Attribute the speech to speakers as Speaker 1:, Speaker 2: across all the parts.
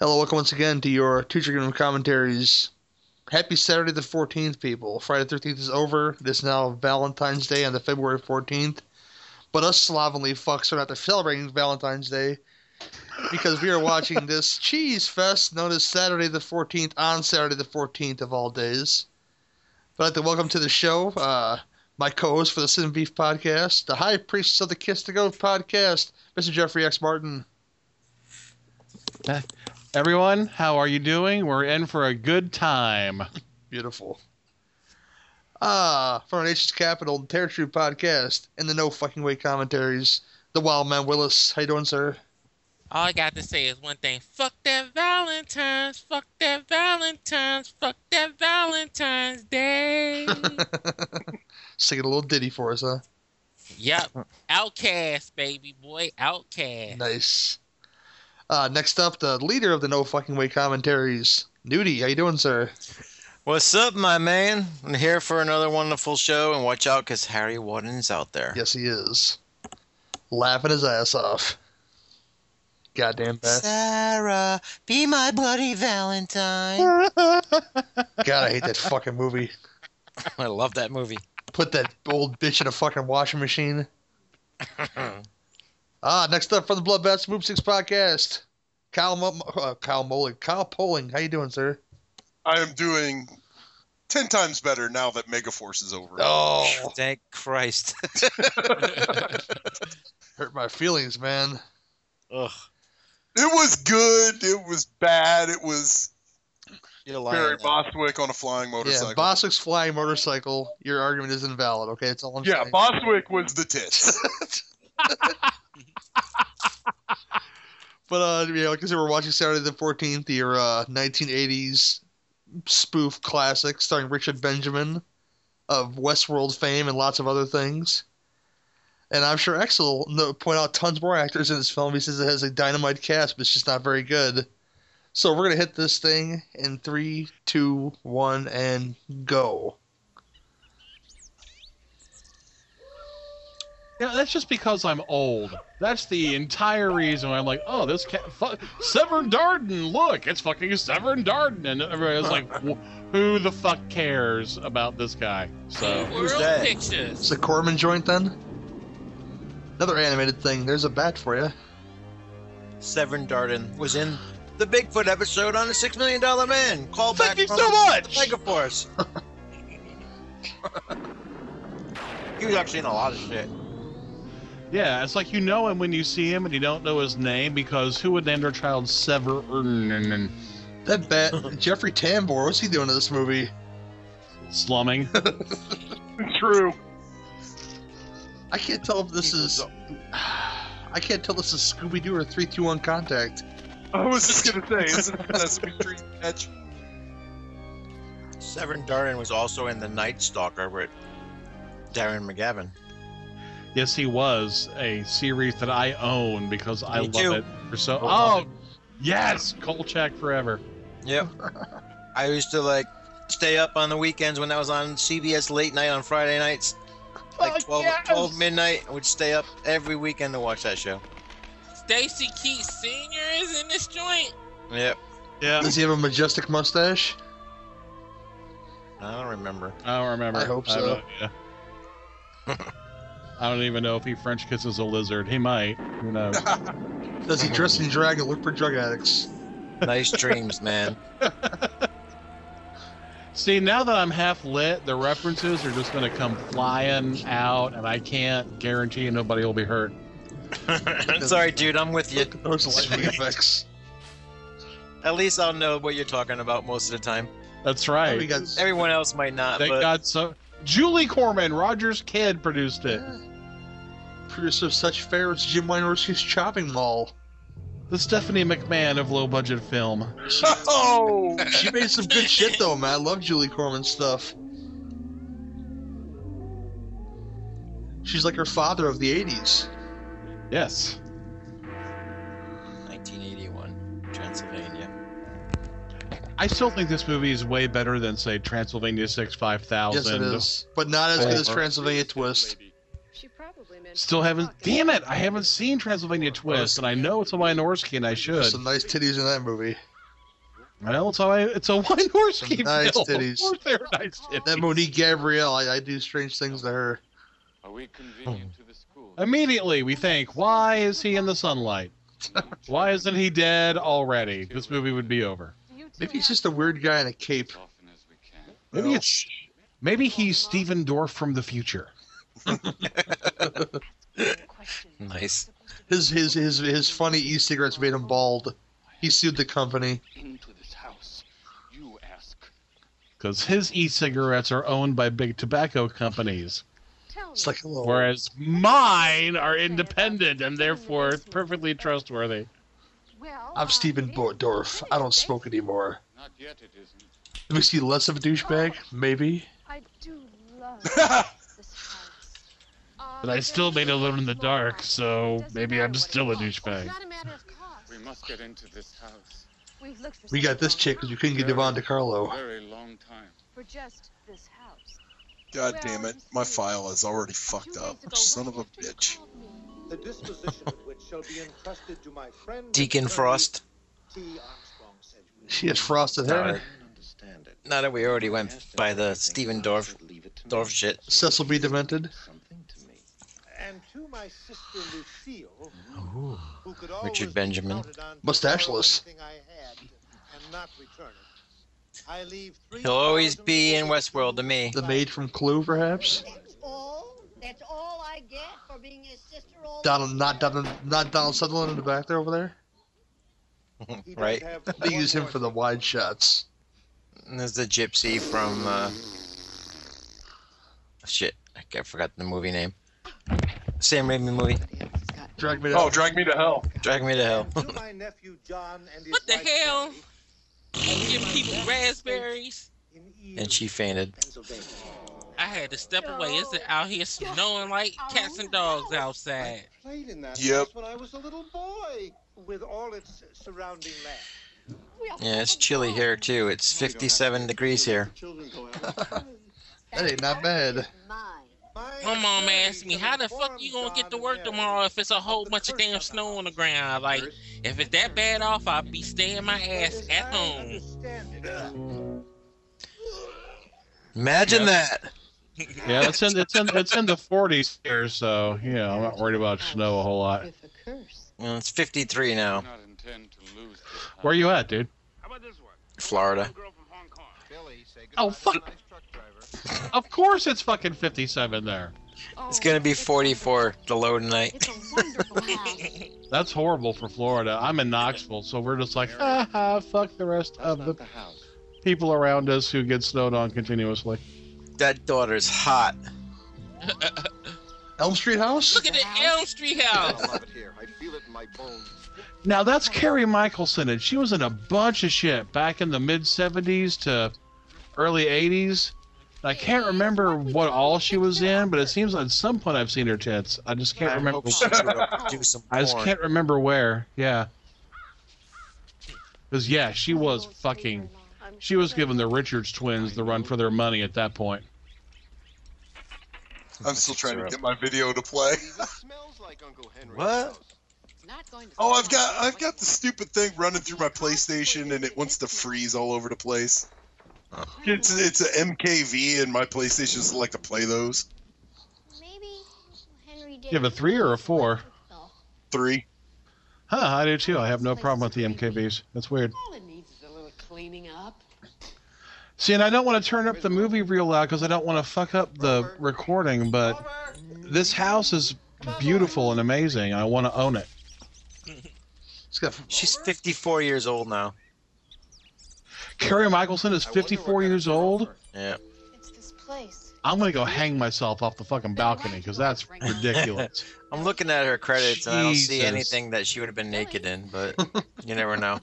Speaker 1: Hello, welcome once again to your Teacher Kingdom commentaries. Happy Saturday the 14th, people. Friday the 13th is over. It is now Valentine's Day on the February 14th. But us slovenly fucks are not celebrating Valentine's Day because we are watching this cheese fest known as Saturday the 14th on Saturday the 14th of all days. But I'd like to welcome to the show uh, my co-host for the Sin and Beef podcast, the High Priestess of the Kiss to Go podcast, Mr. Jeffrey X. Martin.
Speaker 2: Everyone, how are you doing? We're in for a good time.
Speaker 1: Beautiful. Ah, from our nation's capital, the Terror Troop podcast, and the No Fucking Way commentaries. The Wild Man Willis. How you doing, sir?
Speaker 3: All I got to say is one thing. Fuck that Valentine's. Fuck that Valentine's. Fuck that Valentine's Day.
Speaker 1: Singing a little ditty for us, huh?
Speaker 3: yep. Outcast, baby boy. Outcast.
Speaker 1: Nice. Uh, next up, the leader of the No Fucking Way commentaries, Nudie. How you doing, sir?
Speaker 4: What's up, my man? I'm here for another wonderful show, and watch out because Harry Warden is out there.
Speaker 1: Yes, he is. Laughing his ass off. Goddamn bad.
Speaker 4: Sarah, be my bloody Valentine.
Speaker 1: God, I hate that fucking movie.
Speaker 4: I love that movie.
Speaker 1: Put that old bitch in a fucking washing machine. Ah, next up from the Bloodbath Move Six podcast, Kyle Mo- uh, Kyle Moling, Kyle Poling. How you doing, sir?
Speaker 5: I am doing ten times better now that Megaforce is over.
Speaker 1: Oh,
Speaker 4: Thank Christ.
Speaker 1: hurt my feelings, man.
Speaker 4: Ugh,
Speaker 5: It was good. It was bad. It was
Speaker 4: you're lying.
Speaker 5: Barry
Speaker 4: now.
Speaker 5: Bostwick on a flying motorcycle.
Speaker 1: Yeah, Boswick's flying motorcycle. Your argument is invalid. Okay, it's all. I'm
Speaker 5: Yeah,
Speaker 1: saying.
Speaker 5: Bostwick was the tits.
Speaker 1: But uh, yeah, like I said, we're watching Saturday the Fourteenth, your uh, 1980s spoof classic starring Richard Benjamin of Westworld fame and lots of other things. And I'm sure Axel will no- point out tons more actors in this film. He says it has a dynamite cast, but it's just not very good. So we're gonna hit this thing in three, two, one, and go.
Speaker 2: Now, that's just because I'm old. That's the entire reason why I'm like, oh, this cat. Fu- Severn Darden, look, it's fucking Severn Darden. And everybody's like, wh- who the fuck cares about this guy? So,
Speaker 4: Who's
Speaker 3: World
Speaker 4: that?
Speaker 1: It's
Speaker 3: Pictures.
Speaker 1: the Corman joint then. Another animated thing. There's a bat for you.
Speaker 4: Severn Darden was in the Bigfoot episode on the Six Million Dollar Man. Call
Speaker 2: thank
Speaker 4: back
Speaker 2: you
Speaker 4: from
Speaker 2: so much.
Speaker 4: Megaforce. he was actually in a lot of shit.
Speaker 2: Yeah, it's like you know him when you see him and you don't know his name because who would name their child Severn?
Speaker 1: That bat, Jeffrey Tambor. What's he doing in this movie?
Speaker 2: Slumming.
Speaker 5: True.
Speaker 1: I can't tell if this
Speaker 4: He was
Speaker 1: is. I can't tell this is Scooby Doo or three two one contact.
Speaker 5: I was just gonna say, isn't it a Sesame Street sketch?
Speaker 4: Severn Darden was also in The Night Stalker with Darren McGavin.
Speaker 2: Yes, he was a series that I own because I
Speaker 4: Me
Speaker 2: love
Speaker 4: too.
Speaker 2: it for so.
Speaker 4: I love
Speaker 2: Oh, yes, Kolchak forever.
Speaker 4: Yep. I used to like stay up on the weekends when I was on CBS late night on Friday nights, like 12, 12 midnight. I would stay up every weekend to watch that show.
Speaker 3: Stacy Keith Sr. is in this joint.
Speaker 4: Yep.
Speaker 2: Yeah,
Speaker 1: Does he have a majestic mustache?
Speaker 4: I don't remember.
Speaker 2: I don't remember.
Speaker 1: I hope
Speaker 2: have
Speaker 1: so.
Speaker 2: no idea. I don't even know if he French kisses a lizard. He might. Who knows?
Speaker 1: Does he dress in drag and look for drug addicts?
Speaker 4: Nice dreams, man.
Speaker 2: See, now that I'm half lit, the references are just going to come flying out, and I can't guarantee nobody will be hurt.
Speaker 4: Sorry, dude. I'm with you.
Speaker 1: Look at those lightning effects.
Speaker 4: At least I'll know what you're talking about most of the time.
Speaker 2: That's
Speaker 1: Oh,
Speaker 2: right.
Speaker 1: we got-
Speaker 4: Everyone else might not,
Speaker 2: they
Speaker 4: but
Speaker 2: got so. Julie Corman, Roger's kid, produced it.
Speaker 1: Producer of such fare as Jim Wynorski's Chopping Mall.
Speaker 2: The Stephanie McMahon of low budget film.
Speaker 5: Oh,
Speaker 1: She made some good shit though, man. I love Julie Corman's stuff. She's like her father of the '80s.
Speaker 2: Yes.
Speaker 4: 1981, Transylvania.
Speaker 2: I still think this movie is way better than, say, Transylvania 6
Speaker 1: Yes, it
Speaker 2: 5000.
Speaker 1: is, but not as good as
Speaker 2: Over.
Speaker 1: Transylvania Twist.
Speaker 6: She probably meant
Speaker 2: Still haven't. Damn it! I haven't seen Transylvania Twist, and I know it's a Wynorski, and I
Speaker 1: There's
Speaker 2: should.
Speaker 1: some nice titties in that movie.
Speaker 2: Well, it's all right. It's a one horse
Speaker 1: Some
Speaker 2: game.
Speaker 1: nice
Speaker 2: deal.
Speaker 1: titties.
Speaker 2: Of course they're nice titties.
Speaker 1: That Monique Gabrielle, I, I do strange things to her.
Speaker 6: Are we convenient to the school?
Speaker 1: Oh.
Speaker 2: Immediately, we think, why is he in the sunlight? Why isn't he dead already? This movie would be over.
Speaker 1: Maybe he's just a weird guy in a cape.
Speaker 6: As often as we can.
Speaker 2: Maybe
Speaker 5: Well,
Speaker 2: it's maybe he's Steven Dorff from the future.
Speaker 4: Nice.
Speaker 1: His his his his funny e-cigarettes made him bald. He sued the company.
Speaker 6: Into this house, you ask.
Speaker 2: Because his e-cigarettes are owned by big tobacco companies,
Speaker 1: It's like hello.
Speaker 2: whereas mine are independent and therefore perfectly trustworthy.
Speaker 1: I'm Stephen Bo- Dorff. I don't smoke anymore.
Speaker 6: Not yet, it isn't.
Speaker 1: It makes you less of a douchebag, maybe.
Speaker 7: I do love this house.
Speaker 2: But I still made it alone in the dark, so maybe I'm still a douchebag.
Speaker 7: Not a matter of cost.
Speaker 6: We must get into this house.
Speaker 7: We've looked for
Speaker 1: We got this chick because you couldn't get Devon
Speaker 6: A
Speaker 1: DiCarlo.
Speaker 6: very long time.
Speaker 7: for just this house.
Speaker 5: God damn it. My file is already fucked
Speaker 7: Two
Speaker 5: up.
Speaker 7: days ago,
Speaker 5: Son
Speaker 7: right
Speaker 5: of a
Speaker 7: after you
Speaker 5: bitch.
Speaker 7: called me,
Speaker 8: The disposition of which shall be entrusted to my friend
Speaker 4: Deacon
Speaker 8: Attorney
Speaker 4: Frost.
Speaker 8: T. Armstrong Sedgwick.
Speaker 1: She has frosted hair.
Speaker 4: Darn. Now that we already went by the Steven Dorff, Dorff shit.
Speaker 1: Cecil B. Demented.
Speaker 8: And to my sister Lucille, who could
Speaker 4: Richard
Speaker 8: always be
Speaker 4: Benjamin.
Speaker 8: counted on to
Speaker 1: Mustacheless.
Speaker 8: borrow anything I had and not return it. I leave three
Speaker 4: He'll always be in
Speaker 8: thousand-
Speaker 4: Westworld to me.
Speaker 1: The maid from Clue, perhaps.
Speaker 8: That's all?
Speaker 9: That's all I get for being his sister all
Speaker 1: Donald, not Donald, not Donald Sutherland in the back there over there.
Speaker 8: He does
Speaker 4: Right.
Speaker 8: have
Speaker 1: They
Speaker 8: one
Speaker 1: use him
Speaker 8: more
Speaker 1: for the wide shots.
Speaker 4: And there's the gypsy from. Uh... Shit, I ca- forgot the movie name. Sam Raimi movie,
Speaker 1: Drag me
Speaker 5: Oh,
Speaker 1: down.
Speaker 5: drag me to hell.
Speaker 4: Drag Me to Hell.
Speaker 8: And to my nephew John and his
Speaker 3: What the
Speaker 8: wife
Speaker 3: hell?
Speaker 8: Mary
Speaker 3: Give people raspberries.
Speaker 8: in Erie,
Speaker 4: and she fainted.
Speaker 8: Pennsylvania.
Speaker 3: I had to step away. It's out here snowing like cats and dogs outside.
Speaker 8: Played in that
Speaker 5: Yep.
Speaker 8: house when I was a little boy with all its surrounding land.
Speaker 4: Yeah, it's chilly here too. It's 57 degrees here.
Speaker 8: Children go out.
Speaker 1: That ain't not bad.
Speaker 9: mine.
Speaker 3: My mom asked me, "How the fuck you gonna get to work tomorrow if it's a whole bunch of damn snow on the ground? Like, if it's that bad off, I'll be staying my ass at home."
Speaker 4: Imagine
Speaker 2: Yes.
Speaker 4: that.
Speaker 2: Yeah, it's in it's in it's in the 40s here, so you know I'm not worried about snow a whole lot.
Speaker 9: With a curse.
Speaker 4: Well, it's 53
Speaker 6: I
Speaker 1: Oh.
Speaker 4: now.
Speaker 6: do not intend to lose this house.
Speaker 2: Where you at, dude?
Speaker 4: Florida.
Speaker 2: Oh fuck!
Speaker 3: Oh.
Speaker 2: Of course it's fucking 57 there.
Speaker 9: Oh,
Speaker 4: It's gonna be 44 the low tonight.
Speaker 9: It's a wonderful house.
Speaker 2: That's horrible for Florida. I'm in Knoxville, so we're just like, ha ha, fuck the rest of the people around us who get snowed on continuously.
Speaker 4: That daughter's hot.
Speaker 1: Elm Street House.
Speaker 3: Look at the Elm Street house.
Speaker 8: love it here. I feel it in my bones.
Speaker 2: Now that's Carrie Michelson, and she was in a bunch of shit back in the mid 70s to early 80s. And I can't remember what all she was in, but it seems at some point I've seen her tits. I just can't remember.
Speaker 4: Hope she grew up to do some
Speaker 2: I just
Speaker 4: porn.
Speaker 2: can't remember where. Yeah. Because yeah, she was fucking. She was giving the Richards twins the run for their money at that point.
Speaker 5: I'm still trying to get my video to play.
Speaker 4: What?
Speaker 9: Not going to
Speaker 5: Oh, I've got I've got the stupid thing running through my PlayStation and it wants to freeze all over the place. Oh. It's it's a MKV and my PlayStation's like to play those
Speaker 9: Maybe Henry did.
Speaker 2: You have a three or a four?
Speaker 9: All
Speaker 5: three.
Speaker 2: Huh? I do too. I have no problem with the MKBs. That's weird.
Speaker 9: it needs is a little cleaning up.
Speaker 2: See, and I don't want to turn up the movie real loud because I don't want to fuck up the recording. But this house is beautiful and amazing. I want to own it.
Speaker 1: It's got
Speaker 4: She's 54 years old now.
Speaker 2: Carrie Michelson is 54 years old.
Speaker 4: Yeah.
Speaker 7: It's this place.
Speaker 2: I'm gonna go hang myself off the fucking balcony because that's ridiculous.
Speaker 4: I'm looking at her credits and I don't see
Speaker 2: Jesus.
Speaker 4: anything that she would have been naked in, but you never know.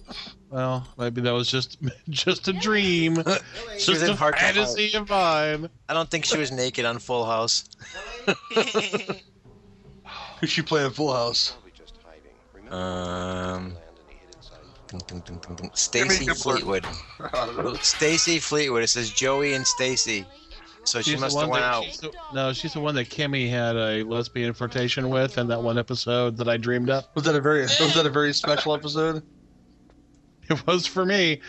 Speaker 2: Well, maybe that was just just a dream. It's
Speaker 4: She's
Speaker 2: just
Speaker 4: in
Speaker 2: a
Speaker 4: Heart to Heart.
Speaker 2: fantasy of mine.
Speaker 4: I don't think she was naked on Full House.
Speaker 1: who's she playing Full House?
Speaker 4: Um. dun, dun, dun, dun, dun.
Speaker 5: me
Speaker 4: Stacy
Speaker 5: the blur.
Speaker 4: Fleetwood. Stacy Fleetwood. It says Joey and Stacy. So she
Speaker 2: She's the
Speaker 4: must have
Speaker 2: one
Speaker 4: went
Speaker 2: that-
Speaker 4: out.
Speaker 2: she's the- no, she's the one that Kimmy had a lesbian flirtation with in that one episode that I dreamed up.
Speaker 1: Was that a very was that a very special episode?
Speaker 2: It It was for me.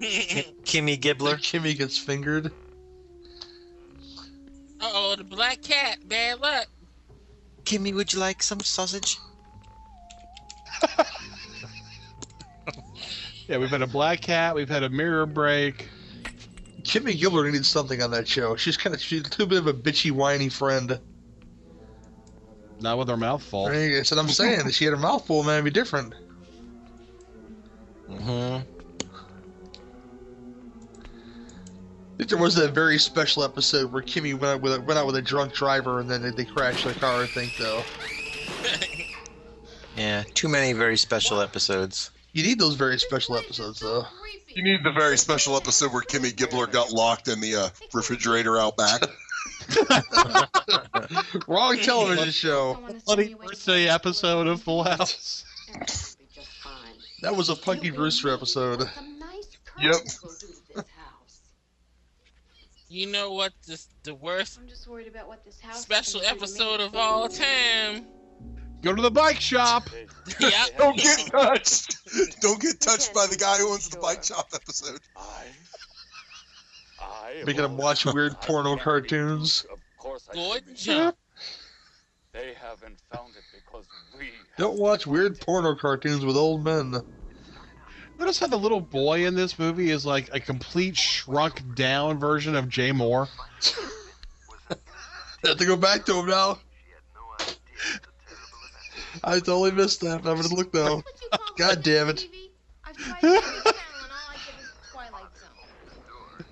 Speaker 4: Kimmy
Speaker 1: Black
Speaker 4: Gibbler.
Speaker 1: Kimmy gets fingered.
Speaker 3: Uh oh, the black cat. Bad luck.
Speaker 4: Kimmy, would you like some sausage?
Speaker 2: Yeah, we've had a black cat. We've had a mirror break.
Speaker 1: Kimmy Gibbler needs something on that show. She's kind of she's a little bit of a bitchy, whiny friend.
Speaker 2: Not with our mouth full.
Speaker 1: That's what I'm saying. If she had her mouth full, man, it'd be different.
Speaker 4: Mm-hmm.
Speaker 1: I think there was that very special episode where Kimmy went out with a, went out with a drunk driver, and then they, they crashed the car. I think though.
Speaker 4: Yeah, too many very special episodes.
Speaker 1: You need those very special episodes though.
Speaker 5: You need the very special episode where Kimmy Gibbler got locked in the uh, refrigerator out back.
Speaker 1: Wrong television show.
Speaker 2: Bloody birthday episode of Full House.
Speaker 9: Everything will be just fine.
Speaker 1: That was a Punky
Speaker 9: You'll be
Speaker 1: Brewster
Speaker 9: amazed
Speaker 1: episode.
Speaker 9: what some nice
Speaker 5: Yep.
Speaker 9: curtains will do to this house.
Speaker 3: You know what? This the worst
Speaker 7: I'm just worried about what this house. is gonna
Speaker 3: special
Speaker 7: do to me.
Speaker 3: episode of all time.
Speaker 2: Go to the bike shop.
Speaker 3: Yep.
Speaker 5: Don't get touched. Don't get touched by the guy who owns the bike shop episode.
Speaker 6: I. I.
Speaker 1: Making them watch weird porno cartoons.
Speaker 6: Of course I
Speaker 3: Good
Speaker 6: should be.
Speaker 3: job.
Speaker 6: They haven't found it because we.
Speaker 1: Don't watch weird porno cartoons with old men.
Speaker 2: Notice how the little boy in this movie is like a complete shrunk down version of Jay Moore.
Speaker 1: I have to go back to him now. I totally missed that. I'm gonna look now.
Speaker 7: What you call
Speaker 1: God
Speaker 7: it,
Speaker 1: damn it.
Speaker 7: TV? I've tried every channel and all I get is Twilight Zone.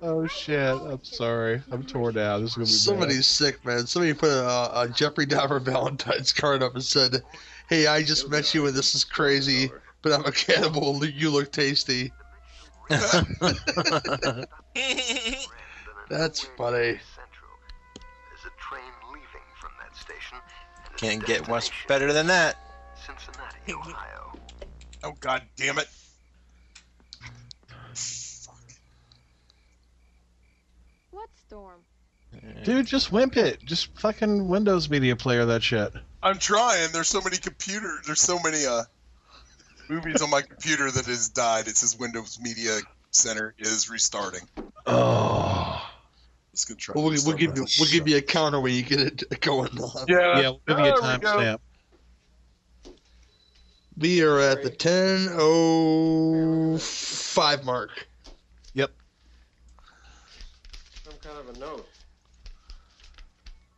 Speaker 2: Oh shit! I'm sorry. I'm torn down. This is gonna be
Speaker 1: Somebody's sick, man. Somebody put a, a Jeffrey Dahmer Valentine's card up and said, "Hey, I just met you and this is crazy, but I'm a cannibal. You look tasty." That's funny.
Speaker 4: Can't get much better than that.
Speaker 5: Oh God damn it!
Speaker 7: What storm?
Speaker 2: bad. dude. Just wimp it. Just fucking Windows Media Player that shit.
Speaker 5: I'm trying. There's so many computer. There's so many uh movies on my computer that has died. It says Windows Media Center is restarting.
Speaker 2: Oh.
Speaker 5: Let's go try.
Speaker 1: We'll,
Speaker 5: to
Speaker 1: we'll
Speaker 5: restart
Speaker 1: give
Speaker 5: my-
Speaker 1: you we'll give you a counter when you get it going on.
Speaker 5: Yeah.
Speaker 2: Yeah, we'll give you a
Speaker 5: There we go.
Speaker 2: timestamp.
Speaker 1: We are at the ten oh five mark.
Speaker 8: Some kind of a note.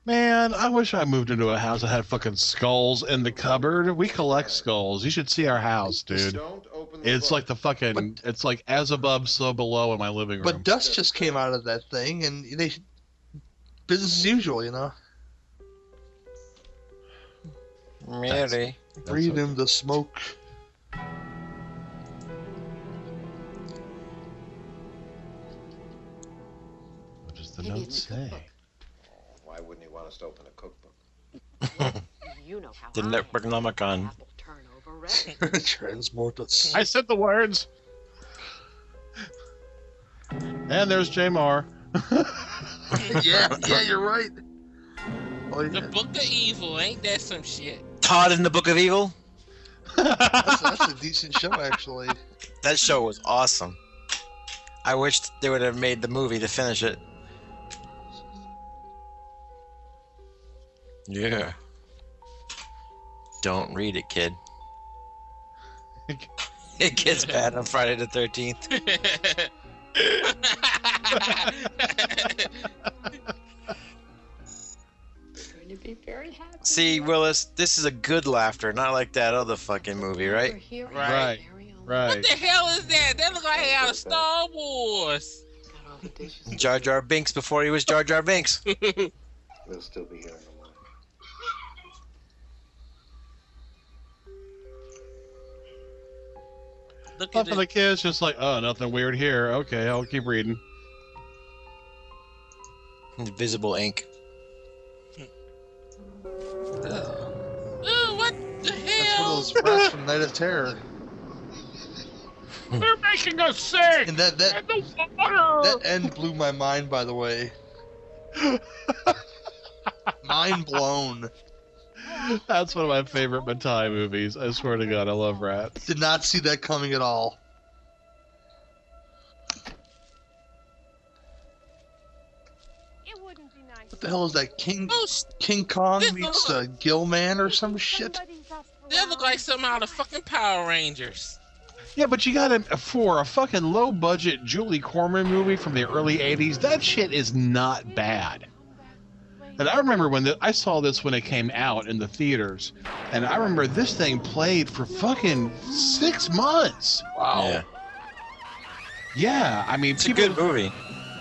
Speaker 2: Man, I wish I moved into a house that had fucking skulls in the cupboard. We collect skulls. You should see our house, dude.
Speaker 8: Don't open the
Speaker 2: It's
Speaker 8: book.
Speaker 2: like the fucking. It's like as above, so below in my living room.
Speaker 1: But dust just came out of that thing, and they business as usual, you know.
Speaker 4: Really?
Speaker 2: That's
Speaker 1: Breathe
Speaker 2: okay.
Speaker 1: in the smoke.
Speaker 2: What does the
Speaker 9: Maybe
Speaker 2: note
Speaker 9: it's a
Speaker 2: say?
Speaker 9: cookbook.
Speaker 8: Why wouldn't he want us to open a cookbook?
Speaker 9: You know how
Speaker 4: The
Speaker 9: I am.
Speaker 4: Necronomicon.
Speaker 9: Apple turnover ready.
Speaker 1: Transmortus.
Speaker 2: I said the words. And there's Jamar.
Speaker 1: yeah, yeah, you're right. Oh,
Speaker 3: The
Speaker 1: yeah.
Speaker 3: Book of Evil. Ain't that some shit?
Speaker 4: Todd in the Book of Evil?
Speaker 1: that's, that's a decent show, actually.
Speaker 4: That show was awesome. I wish they would have made the movie to finish it. Yeah. Don't read it, kid. It gets bad on Friday the 13th.
Speaker 9: Going to be very happy.
Speaker 4: See, Willis, this is a good laughter, not like that other fucking movie,
Speaker 9: We're
Speaker 4: right?
Speaker 9: here in
Speaker 2: Right.
Speaker 9: our very own-
Speaker 3: what
Speaker 2: Right.
Speaker 3: the hell is that? That look like out of Star Wars.
Speaker 9: Got all the dishes.
Speaker 4: Jar Jar Binks before he was Jar Jar Binks.
Speaker 8: They'll still be here in a while.
Speaker 3: Look at
Speaker 2: Nothing
Speaker 3: the
Speaker 2: the kids just like, oh, nothing weird here. Okay, I'll keep reading.
Speaker 4: Invisible ink.
Speaker 3: Ooh, what
Speaker 1: That's
Speaker 3: the
Speaker 1: one of
Speaker 3: hell?
Speaker 1: those raps from Night of Terror.
Speaker 2: They're making us sick.
Speaker 1: And that that
Speaker 2: the water.
Speaker 1: that end blew my mind, by the way. mind blown.
Speaker 2: That's one of my favorite Matai movies. I swear to God, I love rats.
Speaker 1: Did not see that coming at all.
Speaker 7: It wouldn't be nice.
Speaker 1: What the hell is that? King
Speaker 3: Oh, sh-
Speaker 1: King Kong
Speaker 3: This
Speaker 1: meets
Speaker 3: little-
Speaker 1: uh, Gill Man or some shit?
Speaker 3: that look like something out of fucking Power Rangers.
Speaker 2: Yeah, but you got a for a fucking low budget Julie Corman movie from the early '80s. That shit is not bad. And I remember when the, I saw this when it came out in the theaters, and I remember this thing played for fucking six months.
Speaker 1: Wow.
Speaker 4: Yeah.
Speaker 2: Yeah, I mean,
Speaker 4: It's a
Speaker 2: people,
Speaker 4: good movie.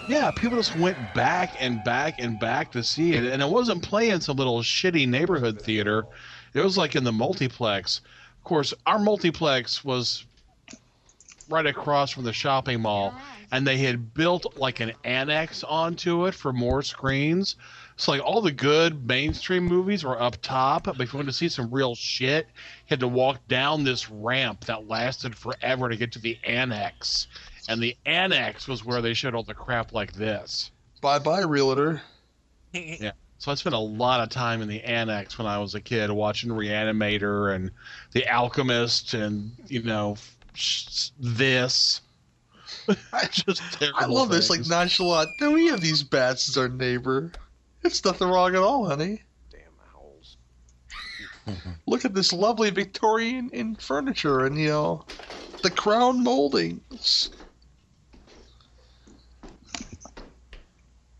Speaker 2: yeah, people just went back and back and back to see it, and it wasn't playing some little shitty neighborhood theater. It was like in the multiplex. Of course, our multiplex was right across from the shopping mall, and they had built like an annex onto it for more screens. So like all the good mainstream movies were up top, but if you wanted to see some real shit, you had to walk down this ramp that lasted forever to get to the annex. And the annex was where they showed all the crap like this.
Speaker 1: Bye bye, realtor.
Speaker 2: So I spent a lot of time in the annex when I was a kid watching Reanimator and The Alchemist and, you know, sh- this. Just
Speaker 1: I
Speaker 2: terrible
Speaker 1: love this, like
Speaker 2: things.
Speaker 1: nonchalant. Do we have these bats as our neighbor? It's nothing wrong at all, honey.
Speaker 8: Damn owls.
Speaker 1: Look at this lovely Victorian in furniture and you know, the crown moldings.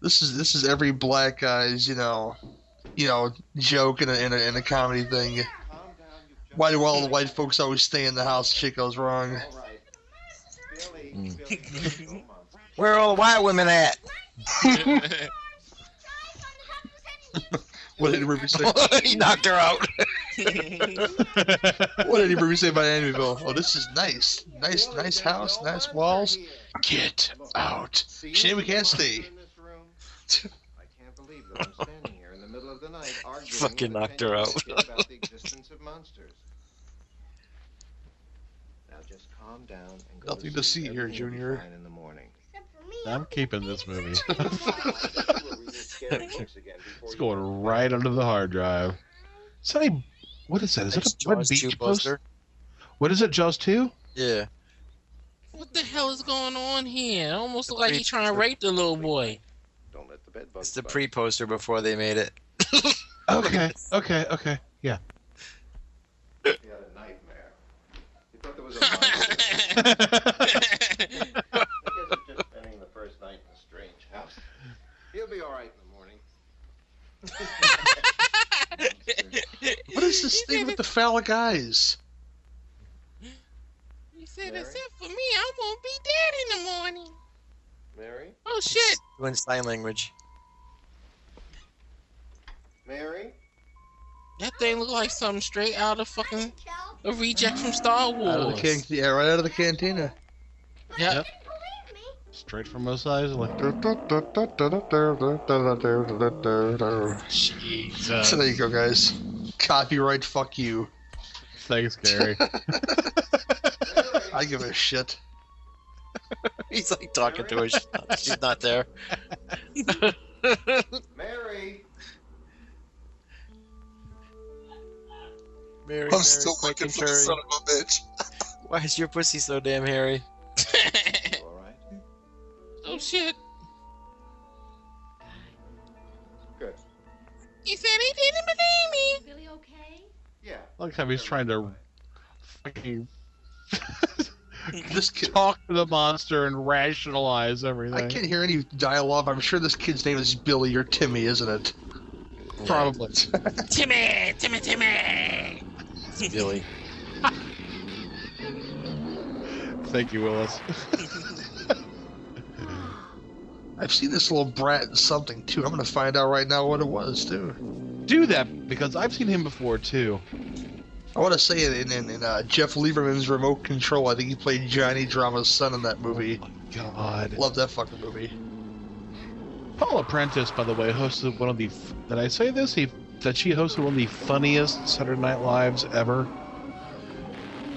Speaker 1: This is this is every black guy's you know, you know joke in a in a, in a comedy thing.
Speaker 8: Calm down, you just...
Speaker 1: Why do all the white folks always stay in the house? Shit goes wrong.
Speaker 8: All right. Billy, Billy, come on.
Speaker 4: Where are all the white women at?
Speaker 1: What did Ruby say?
Speaker 4: he knocked her out.
Speaker 1: What did Ruby say about Amityville? Oh, this is nice, nice,
Speaker 8: Billy,
Speaker 1: nice
Speaker 8: there's
Speaker 1: house,
Speaker 8: no
Speaker 1: nice
Speaker 8: monster
Speaker 1: walls.
Speaker 8: here.
Speaker 1: Get out.
Speaker 8: See
Speaker 1: Shame we
Speaker 8: the
Speaker 1: can't
Speaker 8: monster
Speaker 1: stay.
Speaker 8: in this room? I can't believe that I'm standing here in the middle of the night arguing with
Speaker 4: Fucking
Speaker 8: a
Speaker 4: knocked her out.
Speaker 8: 10-year-old kid about the existence of monsters. Now just calm down and go
Speaker 1: Nothing to see
Speaker 8: sleep.
Speaker 1: here,
Speaker 8: Everything will be
Speaker 1: Junior.
Speaker 8: fine in the morning.
Speaker 2: I'm keeping this movie.
Speaker 8: it's
Speaker 2: It's going right under the hard drive. Is that a, what is that? Is
Speaker 4: It's
Speaker 2: that a Blood
Speaker 4: Jaws
Speaker 2: Beach
Speaker 4: 2
Speaker 2: post?
Speaker 4: poster.
Speaker 2: What is it, Jaws 2?
Speaker 4: Yeah.
Speaker 3: what the hell is going on here? It almost look like he trying to rape the little boy.
Speaker 8: Don't let the bed bugs
Speaker 4: It's the
Speaker 8: bite
Speaker 4: pre poster before they made it.
Speaker 2: Okay, okay, okay.
Speaker 8: you. He had a nightmare. He thought there was a monster. I guess it's just spending the first night in a strange house. He'll be all right in the morning.
Speaker 1: What is this thing with the phallic eyes?
Speaker 3: He said,
Speaker 8: Mary?
Speaker 3: except for me, I won't be dead in the morning.
Speaker 8: Mary?
Speaker 3: Oh shit!
Speaker 4: Doing sign language.
Speaker 8: Mary?
Speaker 3: That thing look like something straight out of fucking a reject from Star Wars.
Speaker 1: Out of the can- yeah, right out of the cantina.
Speaker 3: Yep.
Speaker 2: Straight from Mos Eisley.
Speaker 1: So
Speaker 2: Jesus.
Speaker 1: there you go, guys. Copyright, fuck you.
Speaker 2: Thanks, Gary.
Speaker 1: I give a shit.
Speaker 4: He's like talking to her. She's not, she's not there.
Speaker 8: Mary!
Speaker 4: Mary,
Speaker 5: I'm
Speaker 4: Mary,
Speaker 5: still
Speaker 4: quick
Speaker 5: looking
Speaker 4: and
Speaker 5: for the
Speaker 4: hurry.
Speaker 5: son of a bitch.
Speaker 4: Why is your pussy so damn hairy?
Speaker 8: You all right?
Speaker 3: oh shit!
Speaker 8: Good.
Speaker 3: He said he didn't believe me.
Speaker 7: Billy okay?
Speaker 8: Yeah.
Speaker 2: Like how he's trying to fucking
Speaker 1: This kid,
Speaker 2: talk to the monster and rationalize
Speaker 1: I
Speaker 2: everything.
Speaker 1: can't hear any dialogue. I'm sure this kid's name is Billy or Timmy, isn't it?
Speaker 2: Probably.
Speaker 3: Timmy, Timmy, Timmy.
Speaker 4: Billy.
Speaker 2: Thank you, Willis.
Speaker 1: I've seen this little brat in something too. I'm gonna find out right now what it was too.
Speaker 2: Do that because I've seen him before too.
Speaker 1: I want to say it in, in, in uh, Jeff Lieberman's Remote Control. I think he played Johnny Drama's son in that movie.
Speaker 2: God.
Speaker 1: Love that fucking movie.
Speaker 2: Paul Apprentice, by the way, hosted one of the. f- Did I say this? He that she hosted one of the funniest Saturday Night Lives ever.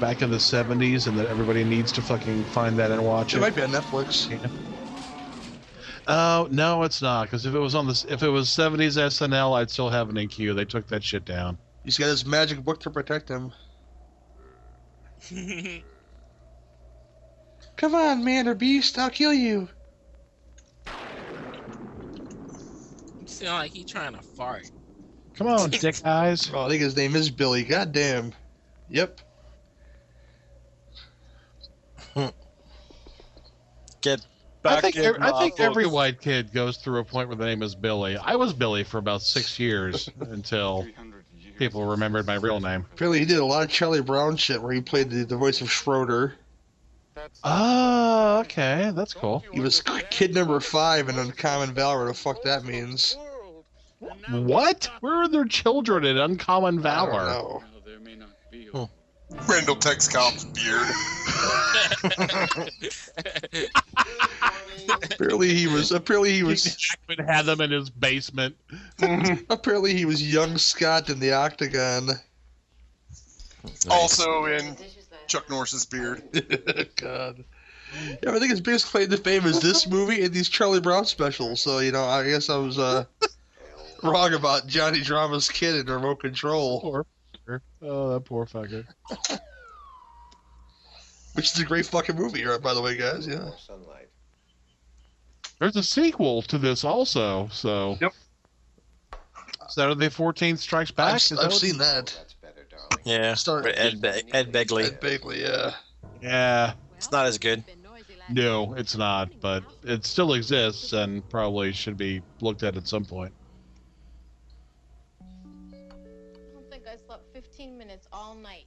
Speaker 2: Back in the '70s, and that everybody needs to fucking find that and watch
Speaker 1: It
Speaker 2: it.
Speaker 1: might be on Netflix.
Speaker 2: Oh no, it's not. Because if it was on this, if it was '70s SNL, I'd still have it in queue. They took that shit down.
Speaker 1: He's got his magic book to protect him. Come on, man or beast, I'll kill you.
Speaker 3: You sound like he trying to fart.
Speaker 2: Come on, dick eyes.
Speaker 1: Oh, I think his name is Billy. God damn. Yep.
Speaker 2: I
Speaker 4: Back
Speaker 2: think,
Speaker 4: in
Speaker 2: ev- I
Speaker 4: my
Speaker 2: think every
Speaker 4: book.
Speaker 2: white kid goes through a point where the name is Billy. I was Billy for about six years until
Speaker 6: 300 years.
Speaker 2: people remembered my real name.
Speaker 1: Apparently, he did a lot of Charlie Brown shit where he played the, the voice of Schroeder.
Speaker 6: That's-
Speaker 2: Oh, okay, that's cool.
Speaker 1: Ah, He was k- kid number five in Uncommon Valor. The fuck that means?
Speaker 2: What? Where are their children in Uncommon
Speaker 1: I don't
Speaker 2: Valor?
Speaker 1: know.
Speaker 6: Now, there may not be
Speaker 4: Huh.
Speaker 5: Randall Tex Cobb's beard.
Speaker 1: Apparently, he was. Apparently, he was.
Speaker 2: Jackman had them in his basement.
Speaker 1: apparently, he was young Scott in the Octagon.
Speaker 5: also in
Speaker 9: Dishes that-
Speaker 5: Chuck Norris's beard.
Speaker 1: God. Yeah, I think his biggest claim to fame is this movie and these Charlie Brown specials. So you know, I guess I was uh, wrong about Johnny Drama's kid in Remote Control,
Speaker 2: Poor. fucker. Oh, that poor fucker.
Speaker 1: which is a great fucking movie, right? By the way, guys. Yeah.
Speaker 8: More sunlight.
Speaker 2: There's a sequel to this also, so.
Speaker 5: Yep.
Speaker 2: Saturday the 14th Strikes Back?
Speaker 1: I've,
Speaker 2: Is that
Speaker 1: I've
Speaker 2: what-
Speaker 1: seen that.
Speaker 8: That's better, darling.
Speaker 4: Yeah.
Speaker 1: Start
Speaker 4: But Ed, Be- Ed Begley.
Speaker 1: Ed Begley, yeah.
Speaker 2: Yeah,
Speaker 4: It's not as good.
Speaker 2: no, it's not, but it still exists and probably should be looked at at some point.
Speaker 7: I don't think I slept 15 minutes all night.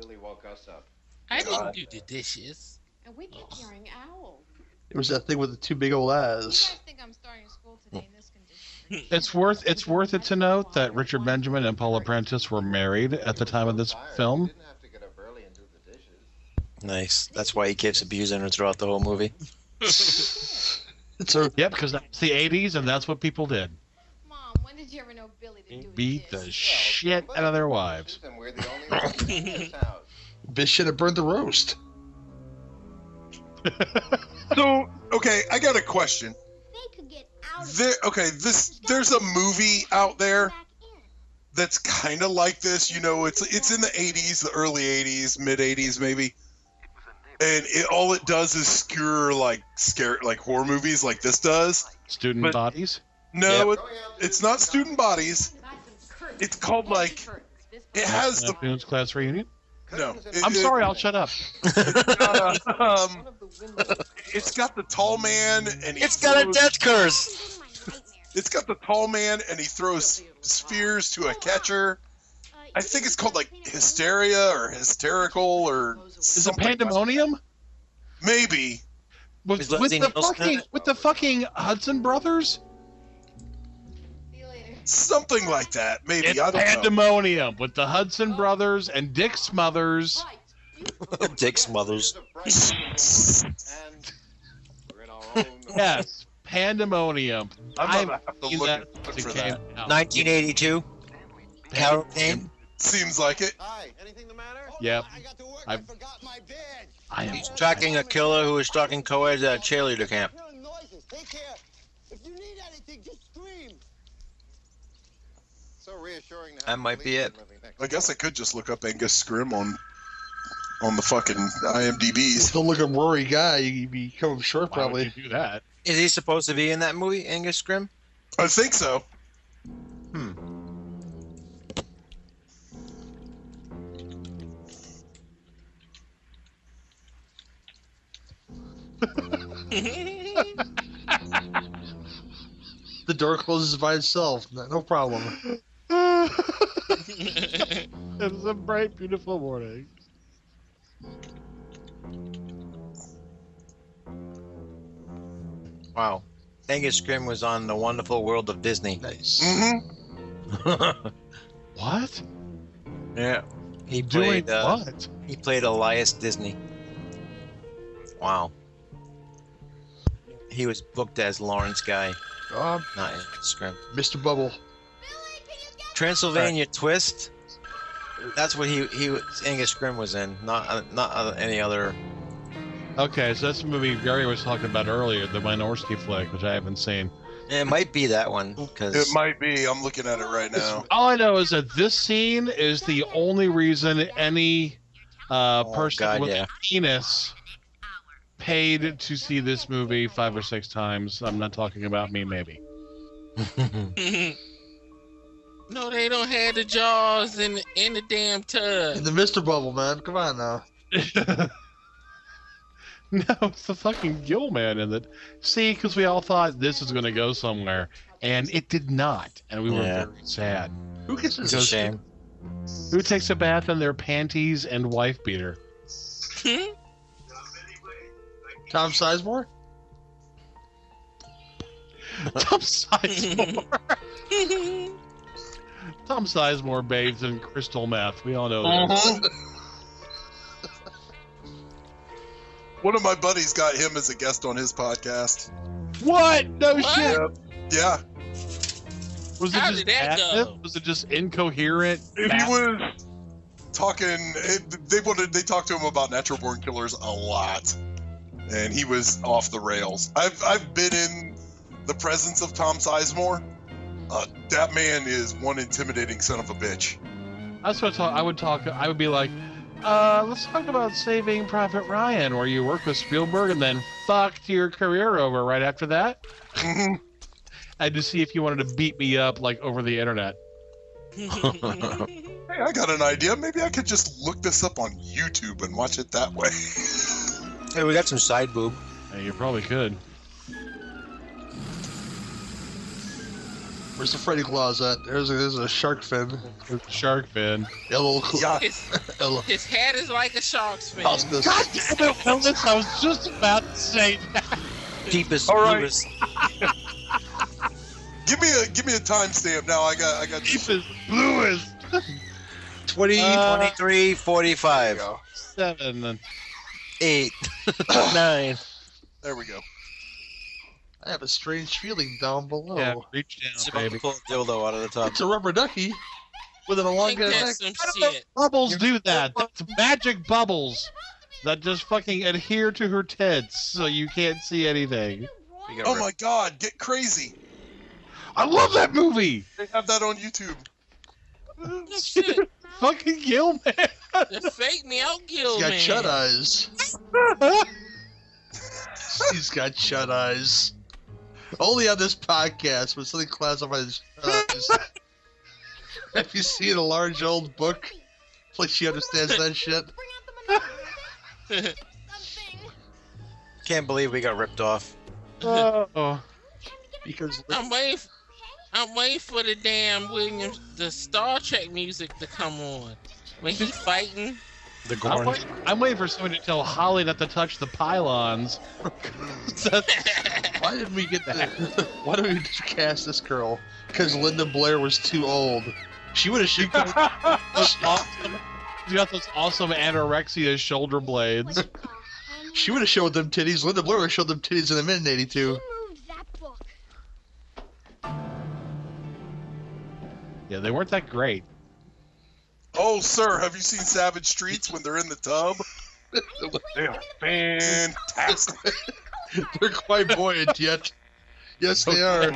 Speaker 8: Billy woke us up.
Speaker 3: I didn't do the dishes.
Speaker 7: And we kept hearing owls.
Speaker 1: It was that thing with the two big old
Speaker 7: You
Speaker 1: eyes.
Speaker 7: guys think I'm starting school today in this condition?
Speaker 2: It's worth it's worth it to note that Richard Benjamin and Paula Prentice were married at the time of this
Speaker 8: Tired.
Speaker 2: film.
Speaker 8: Didn't have to get up early and do the dishes.
Speaker 4: Nice. That's why he keeps abusing her throughout the whole movie.
Speaker 1: It's a
Speaker 2: Yep, because that's the 80s and that's what people did.
Speaker 7: Mom, when did you ever know Billy to do a
Speaker 2: Beat the
Speaker 7: dish?
Speaker 2: shit out of their wives.
Speaker 8: And we're the only ones in this house.
Speaker 1: bitch should have burned the roast.
Speaker 5: So okay, I got a question.
Speaker 7: They could get out of
Speaker 5: There, okay, this there's a movie out there
Speaker 7: back in.
Speaker 5: that's kind of like this. You know, it's it's in the '80s, the early '80s, mid '80s maybe, and it all it does is skewer like scare like horror movies like this does.
Speaker 2: Student
Speaker 5: But-
Speaker 2: bodies.
Speaker 5: No,
Speaker 8: Going out to
Speaker 5: it, it's
Speaker 8: the
Speaker 5: not
Speaker 8: shop.
Speaker 5: student bodies. It's called like it has the
Speaker 2: Afternoons class reunion.
Speaker 5: no.
Speaker 8: Curtains
Speaker 5: it-
Speaker 8: and
Speaker 2: I'm
Speaker 5: it-
Speaker 2: sorry, I'll shut up.
Speaker 5: uh, um,
Speaker 8: One of the windows.
Speaker 5: it's got the tall man and he
Speaker 4: It's got a
Speaker 5: throws-
Speaker 4: death curse.
Speaker 5: It's got the tall man and he throws spheres to a catcher.
Speaker 7: Uh,
Speaker 5: I think it's called like hysteria or hysterical or
Speaker 2: Is it
Speaker 5: something like-
Speaker 2: pandemonium?
Speaker 5: Maybe.
Speaker 2: With,
Speaker 4: Is that
Speaker 2: with
Speaker 4: Zane
Speaker 2: the
Speaker 4: Nielsen?
Speaker 2: fucking with the fucking Hudson brothers?
Speaker 7: See you later.
Speaker 5: Something like that. Maybe.
Speaker 2: It's
Speaker 5: I don't know.
Speaker 2: pandemonium with the Hudson brothers and Dick Smothers.
Speaker 4: Dick Smothers.
Speaker 8: And we're in our own.
Speaker 2: Yes, pandemonium.
Speaker 5: I'm
Speaker 2: I've
Speaker 5: gonna have to
Speaker 2: seen
Speaker 5: look
Speaker 2: that
Speaker 5: it-
Speaker 2: since
Speaker 5: look for
Speaker 2: it came
Speaker 5: that.
Speaker 2: out.
Speaker 4: 1982. Harold Kane.
Speaker 5: Seems like it.
Speaker 8: Hi, anything the matter?
Speaker 2: Yep.
Speaker 8: I got to work.
Speaker 2: I- I
Speaker 8: forgot my bed.
Speaker 2: I am
Speaker 4: He's tracking a killer who is stalking co-eds at a cheerleader camp.
Speaker 8: Hearing noises. Take care. If you need anything, just scream. So reassuring.
Speaker 4: That might be it.
Speaker 5: I guess I could just look up Angus Scrim on on the fucking IMDb's.
Speaker 1: Still look a rory guy, you'd be coming short
Speaker 2: Why would
Speaker 1: probably.
Speaker 2: you do that.
Speaker 4: Is he supposed to be in that movie, Angus Scrim?
Speaker 5: I think so.
Speaker 1: The door closes by itself, no no problem.
Speaker 2: It was a bright, beautiful morning.
Speaker 4: Wow. Angus Scrim was on The Wonderful World of Disney.
Speaker 1: Nice.
Speaker 5: Mm-hmm.
Speaker 2: What?
Speaker 4: yeah. He
Speaker 2: Doing
Speaker 4: played uh,
Speaker 2: what?
Speaker 4: he played Elias Disney. Wow. He was booked as Lawrence Guy,
Speaker 1: Uh,
Speaker 4: not Angus Scrim.
Speaker 1: Mr. Bubble.
Speaker 4: Transylvania Twist. That's what he he was- Angus Scrim was in, not uh, not uh, any other.
Speaker 2: Okay, so that's the movie Gary was talking about earlier, the Minorski flick, which I haven't seen.
Speaker 4: It might be that one
Speaker 5: It
Speaker 4: because
Speaker 5: might be. I'm looking at it right now.
Speaker 2: All I know is that this scene is the only reason any uh,
Speaker 4: Oh,
Speaker 2: person
Speaker 4: God,
Speaker 2: with
Speaker 4: yeah.
Speaker 2: a penis paid to see this movie five or six times. I'm not talking about me, maybe.
Speaker 3: no, they don't have the jaws in in the damn tub.
Speaker 1: The Mr. Bubble, man. Come on now.
Speaker 2: No, it's the fucking Gill Man in it. See, because we all thought this is going to go somewhere, and it did not, and we were
Speaker 4: Yeah.
Speaker 2: very sad.
Speaker 1: Who gets
Speaker 4: it's
Speaker 1: this?
Speaker 4: a shame.
Speaker 2: Who takes a bath in their panties and wife beater?
Speaker 3: Hmm?
Speaker 1: Tom Sizemore?
Speaker 2: Tom Sizemore. Tom Sizemore bathes in crystal meth. We all know
Speaker 3: Uh-huh.
Speaker 2: this.
Speaker 5: One of my buddies got him as a guest on his podcast.
Speaker 2: What? No shit.
Speaker 5: Yeah,
Speaker 2: Was
Speaker 3: How
Speaker 2: it just
Speaker 3: did that
Speaker 2: active?
Speaker 3: go?
Speaker 2: Was it just incoherent?
Speaker 5: he was talking. It, they wanted. They talked to him about natural born killers a lot, and he was off the rails. I've I've been in the presence of Tom Sizemore. Uh, that man is one intimidating son of a bitch.
Speaker 2: That's what I, talk, I would talk. I would be like, uh, let's talk about Saving Private Ryan, where you work with Spielberg and then fucked your career over right after that.
Speaker 5: Mhm.
Speaker 2: And to see if you wanted to beat me up like over the internet.
Speaker 5: hey, I got an idea. Maybe I could just look this up on YouTube and watch it that way.
Speaker 4: Hey, we got some side boob.
Speaker 2: Yeah, you probably could.
Speaker 1: Where's the Freddy Claus at? There's a, there's a shark fin.
Speaker 2: Shark fin.
Speaker 1: A little cool.
Speaker 5: Yeah.
Speaker 3: his,
Speaker 1: A little
Speaker 3: his hat is like a shark's fin.
Speaker 1: Costas.
Speaker 2: damn it, Willis! I was just about to say that.
Speaker 4: Deepest,
Speaker 5: All right.
Speaker 4: bluest.
Speaker 5: Give me a give me a timestamp now. I got I got.
Speaker 2: Deepest, bluest
Speaker 4: 20,
Speaker 2: Uh,
Speaker 4: 23, 45,
Speaker 2: seven.
Speaker 4: 8, 9.
Speaker 5: There we go.
Speaker 1: I have a strange feeling down below.
Speaker 2: Yeah, reach down,
Speaker 4: Somebody
Speaker 2: baby.
Speaker 4: pull a dildo out of the top.
Speaker 1: It's a rubber ducky with an
Speaker 3: Ain't
Speaker 1: elongated
Speaker 3: that
Speaker 1: neck.
Speaker 3: some
Speaker 2: I don't know
Speaker 3: shit?
Speaker 2: if bubbles do that. That's magic bubbles that just fucking adhere to her tits so you can't see anything.
Speaker 4: We got
Speaker 5: Oh
Speaker 4: rid-
Speaker 5: my God! Get crazy.
Speaker 2: I love that movie!
Speaker 5: They have that on YouTube.
Speaker 3: No shit.
Speaker 2: fucking Gill Man!
Speaker 3: The fake me out
Speaker 1: He's
Speaker 3: guild
Speaker 1: got
Speaker 3: man.
Speaker 1: shut eyes. He's got shut eyes. Only on this podcast would something classified as shut eyes. Have you seen a large old book? Like she understands that shit.
Speaker 7: Bring out the monopoly. Something.
Speaker 4: Can't believe we got ripped off. Uh,
Speaker 2: oh.
Speaker 1: Because
Speaker 3: I'm waiting. f- I'm waiting for the damn Williams, the Star Trek music to come on when he's fighting.
Speaker 4: The
Speaker 2: I'm,
Speaker 4: Gorn.
Speaker 2: wait- I'm waiting for someone to tell Holly not to touch the pylons. That's-
Speaker 1: why did we get the? Why did we cast this girl? Because Linda Blair was too old. She would have shoot.
Speaker 2: those awesome, you got those awesome anorexia shoulder blades.
Speaker 1: She would have showed them titties. Linda Blair would have showed them titties in a minute '82.
Speaker 7: moved that book.
Speaker 2: Yeah, they weren't that great.
Speaker 5: Oh, sir, have you seen Savage Streets when they're in the tub? they are fantastic.
Speaker 1: They're quite buoyant yet. Yes, they are.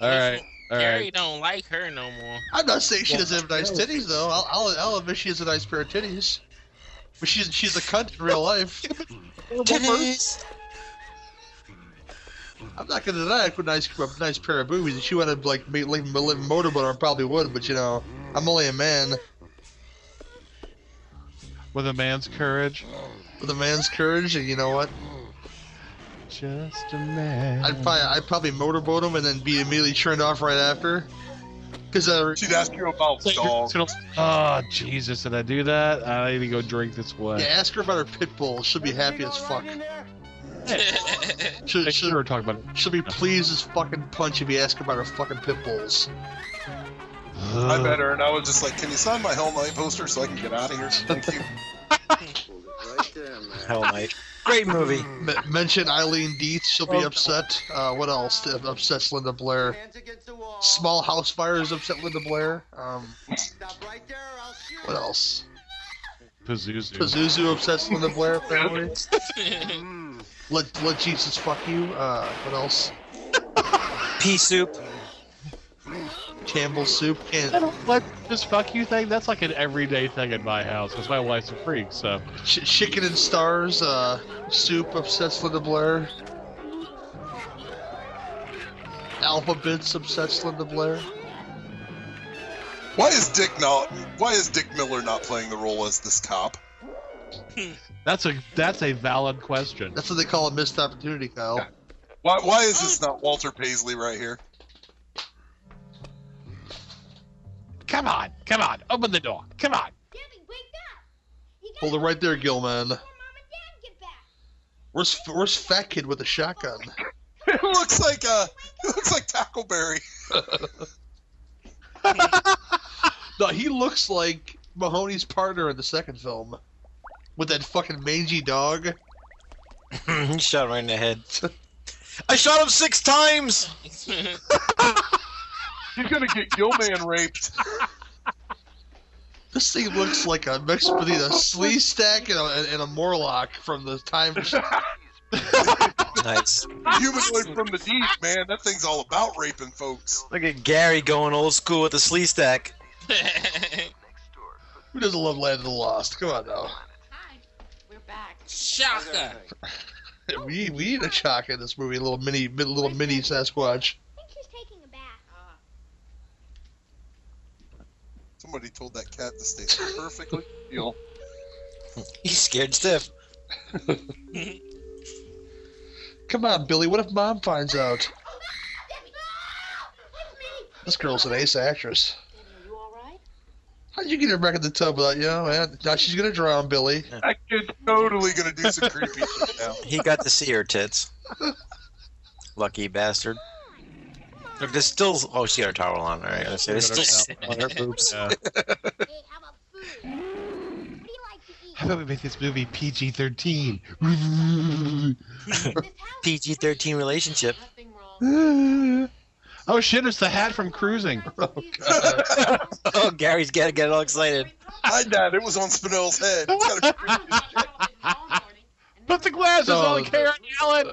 Speaker 2: All right, all
Speaker 3: Gary
Speaker 2: right.
Speaker 3: don't like her no more.
Speaker 1: I'm not saying she doesn't have nice titties though. I'll, I'll, I'll admit she has a nice pair of titties. But she's she's a cunt in real life.
Speaker 4: Titties.
Speaker 1: I'm not gonna deny I could nice a nice pair of boobies. If she wanted like me like mo- like motorboat, I probably would. But you know, I'm only a man
Speaker 2: With a man's courage,
Speaker 1: with a man's courage, and you know what?
Speaker 2: just a man.
Speaker 1: I'd probably I'd probably motorboat him and then be immediately turned off right after. Cause uh,
Speaker 5: She'd ask you about
Speaker 2: It's like you're
Speaker 5: dogs.
Speaker 2: just gonna- oh Jesus! Did I do that? I need to go drink this
Speaker 1: yeah,
Speaker 2: way.
Speaker 1: ask her about her pit bull. She'll be happy as fuck. She'll,
Speaker 2: I should
Speaker 1: she'll,
Speaker 2: have talked about.
Speaker 1: she'll be pleased as fucking punch if you ask her about her fucking pit bulls.
Speaker 5: I met her, and I was just like, "Can you sign my Hell Night poster so I can get out of here?" Thank you.
Speaker 8: Hold it right there, man.
Speaker 4: Hell night. Great movie.
Speaker 1: M- mention Eileen Deeth, she'll be
Speaker 2: Oh, no.
Speaker 1: upset. Uh, what else that upsets Linda Blair?
Speaker 8: Hands against the wall.
Speaker 1: Small House Fires upset Linda Blair. Um,
Speaker 8: Stop right there, or I'll shoot.
Speaker 1: what else?
Speaker 2: Pazuzu.
Speaker 1: Pazuzu upsets Linda Blair, apparently.
Speaker 3: Shit.
Speaker 1: Let, let Jesus fuck you. Uh, what else?
Speaker 4: pea soup.
Speaker 1: Campbell's soup.
Speaker 2: I
Speaker 1: And
Speaker 2: don't like this fuck you thing. That's like an everyday thing at my house because my wife's a freak. So
Speaker 1: ch- chicken and stars. Uh, soup obsessed Linda Blair. Alphabets obsessed Linda Blair.
Speaker 5: Why is Dick not? Why is Dick Miller not playing the role as this cop?
Speaker 2: that's a that's a valid question.
Speaker 1: That's what they call a missed opportunity, Kyle.
Speaker 5: Why, why is this not Walter Paisley right here?
Speaker 2: Come on, come on, open the door. Come on.
Speaker 7: Debbie, wake up! You
Speaker 1: Hold it
Speaker 7: gotta
Speaker 1: right there, Gilman.
Speaker 7: before Mom and Dad get back.
Speaker 1: Where's where's Fat Kid with a shotgun?
Speaker 5: It looks like uh, it looks like Tackleberry.
Speaker 1: No, he looks like Mahoney's partner in the second film, with that fucking mangy dog.
Speaker 4: he shot right in the head. I shot him six times.
Speaker 5: You're gonna get Gilman raped.
Speaker 1: This thing looks like a mix between a slee stack and a, and a Morlock from the time.
Speaker 4: Nice.
Speaker 5: Humanoid from the deep, man. That thing's all about raping folks.
Speaker 4: Look at Gary going old school with the slee stack.
Speaker 1: Who doesn't love Land of the Lost? Come on now.
Speaker 9: Hi, we're back.
Speaker 3: Shaka.
Speaker 1: We we need a Chaka in this movie. A little mini, little mini Sasquatch.
Speaker 7: I think she's taking a bath.
Speaker 9: Uh,
Speaker 5: Somebody told that cat to stay perfectly still.
Speaker 4: He's scared stiff.
Speaker 1: Come on, Billy. What if Mom finds out?
Speaker 7: Debbie, no! It's me!
Speaker 1: This girl's an ace actress.
Speaker 9: Debbie, are you all right?
Speaker 1: How'd you get her back in the tub without you know? Man, now she's gonna drown, Billy.
Speaker 5: That kid's totally gonna do some creepy shit now.
Speaker 4: He got to see her tits. Lucky bastard. Look, there's still. Oh, she got her towel on. All right, let's see. There's still.
Speaker 2: on her boobs. Yeah.
Speaker 7: Hey, how about food? What do you like to eat?
Speaker 2: How about we make this movie PG-13?
Speaker 7: This house
Speaker 4: PG-13 relationship.
Speaker 9: Nothing wrong.
Speaker 2: oh shit! It's the hat from Cruising.
Speaker 4: Oh, Gary's got to get all excited.
Speaker 5: I died. It was on Spinell's head. It's gotta be-
Speaker 2: Put Oh, the glasses
Speaker 1: No,
Speaker 2: on,
Speaker 1: the-
Speaker 2: Karen Allen.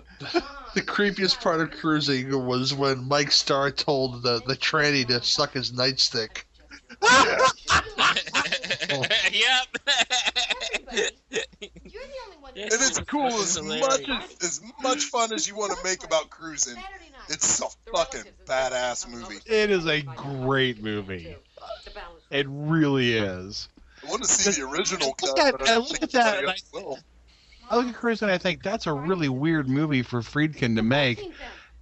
Speaker 1: The creepiest part of cruising was when Mike Starr told the, the tranny to suck his nightstick.
Speaker 3: yep.
Speaker 7: You're the only one
Speaker 3: Yeah.
Speaker 5: and it's cool as much
Speaker 3: Hilarious.
Speaker 5: as, as much fun as you want to make about cruising.
Speaker 9: Saturday night.
Speaker 5: It's a fucking badass movie.
Speaker 2: It is a great movie. It really is.
Speaker 5: I want to see the original
Speaker 2: Look
Speaker 5: cut.
Speaker 2: at-
Speaker 5: but I don't
Speaker 2: look
Speaker 5: think
Speaker 2: at that,
Speaker 5: anybody
Speaker 2: like-
Speaker 5: else will.
Speaker 2: I look at Cruising and I think that's a really weird movie for Friedkin to make.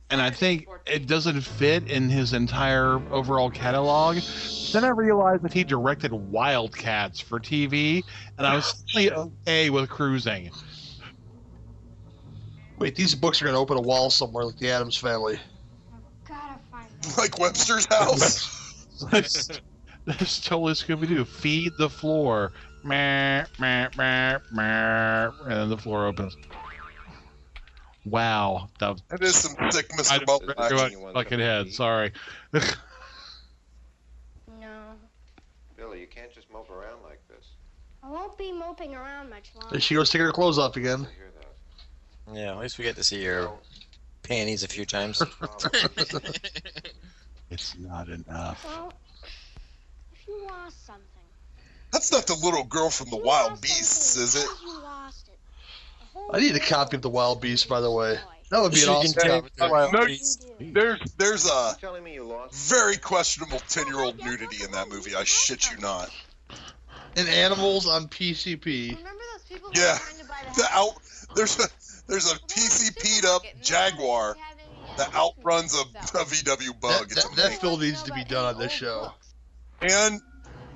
Speaker 2: and I think it doesn't fit in his entire overall catalog. Then I realized that he directed Wildcats for TV, and I was suddenly okay with cruising.
Speaker 1: Wait, these books are gonna open a wall somewhere like the Adams Family.
Speaker 7: Gotta find
Speaker 5: Like Webster's house.
Speaker 2: That's that's totally Scooby Doo. Feed the floor. Meh, meh, meh, meh. And then the floor opens. Wow. That
Speaker 5: That is some sick
Speaker 2: I
Speaker 5: Mr. Butler
Speaker 2: just
Speaker 5: action.
Speaker 2: hit my fucking head. Sorry.
Speaker 7: No.
Speaker 8: Billy, you can't just mope around like this.
Speaker 7: I won't be moping around much longer.
Speaker 1: There she goes taking her clothes off
Speaker 8: I
Speaker 1: again.
Speaker 8: hear that.
Speaker 4: Yeah, at least we get to see your panties a few times.
Speaker 2: It's not enough.
Speaker 7: Well, if you lost something.
Speaker 5: That's not the little girl from the
Speaker 7: you
Speaker 5: Wild
Speaker 7: lost
Speaker 5: Beasts,
Speaker 7: something,
Speaker 5: is it?
Speaker 7: You lost it. The whole
Speaker 1: I need a
Speaker 7: world
Speaker 1: copy of The Wild Beast, by the way.
Speaker 7: destroyed.
Speaker 1: That would be an
Speaker 4: She can
Speaker 1: awesome
Speaker 4: take
Speaker 1: copy.
Speaker 4: a while.
Speaker 5: No,
Speaker 7: You do.
Speaker 5: There's there's a
Speaker 8: You telling me you lost?
Speaker 5: Uh, very questionable ten year old nudity in that movie. I shit you not.
Speaker 1: And Animals on PCP.
Speaker 7: Remember those people
Speaker 5: Yeah.
Speaker 7: who were trying to buy the
Speaker 5: The
Speaker 7: house?
Speaker 5: out there's a there's a PCP'd up Jaguar
Speaker 7: uh,
Speaker 5: that outruns a, a VW bug.
Speaker 1: That,
Speaker 5: It's
Speaker 1: that, that
Speaker 5: amazing.
Speaker 1: film needs to be done on this show.
Speaker 5: And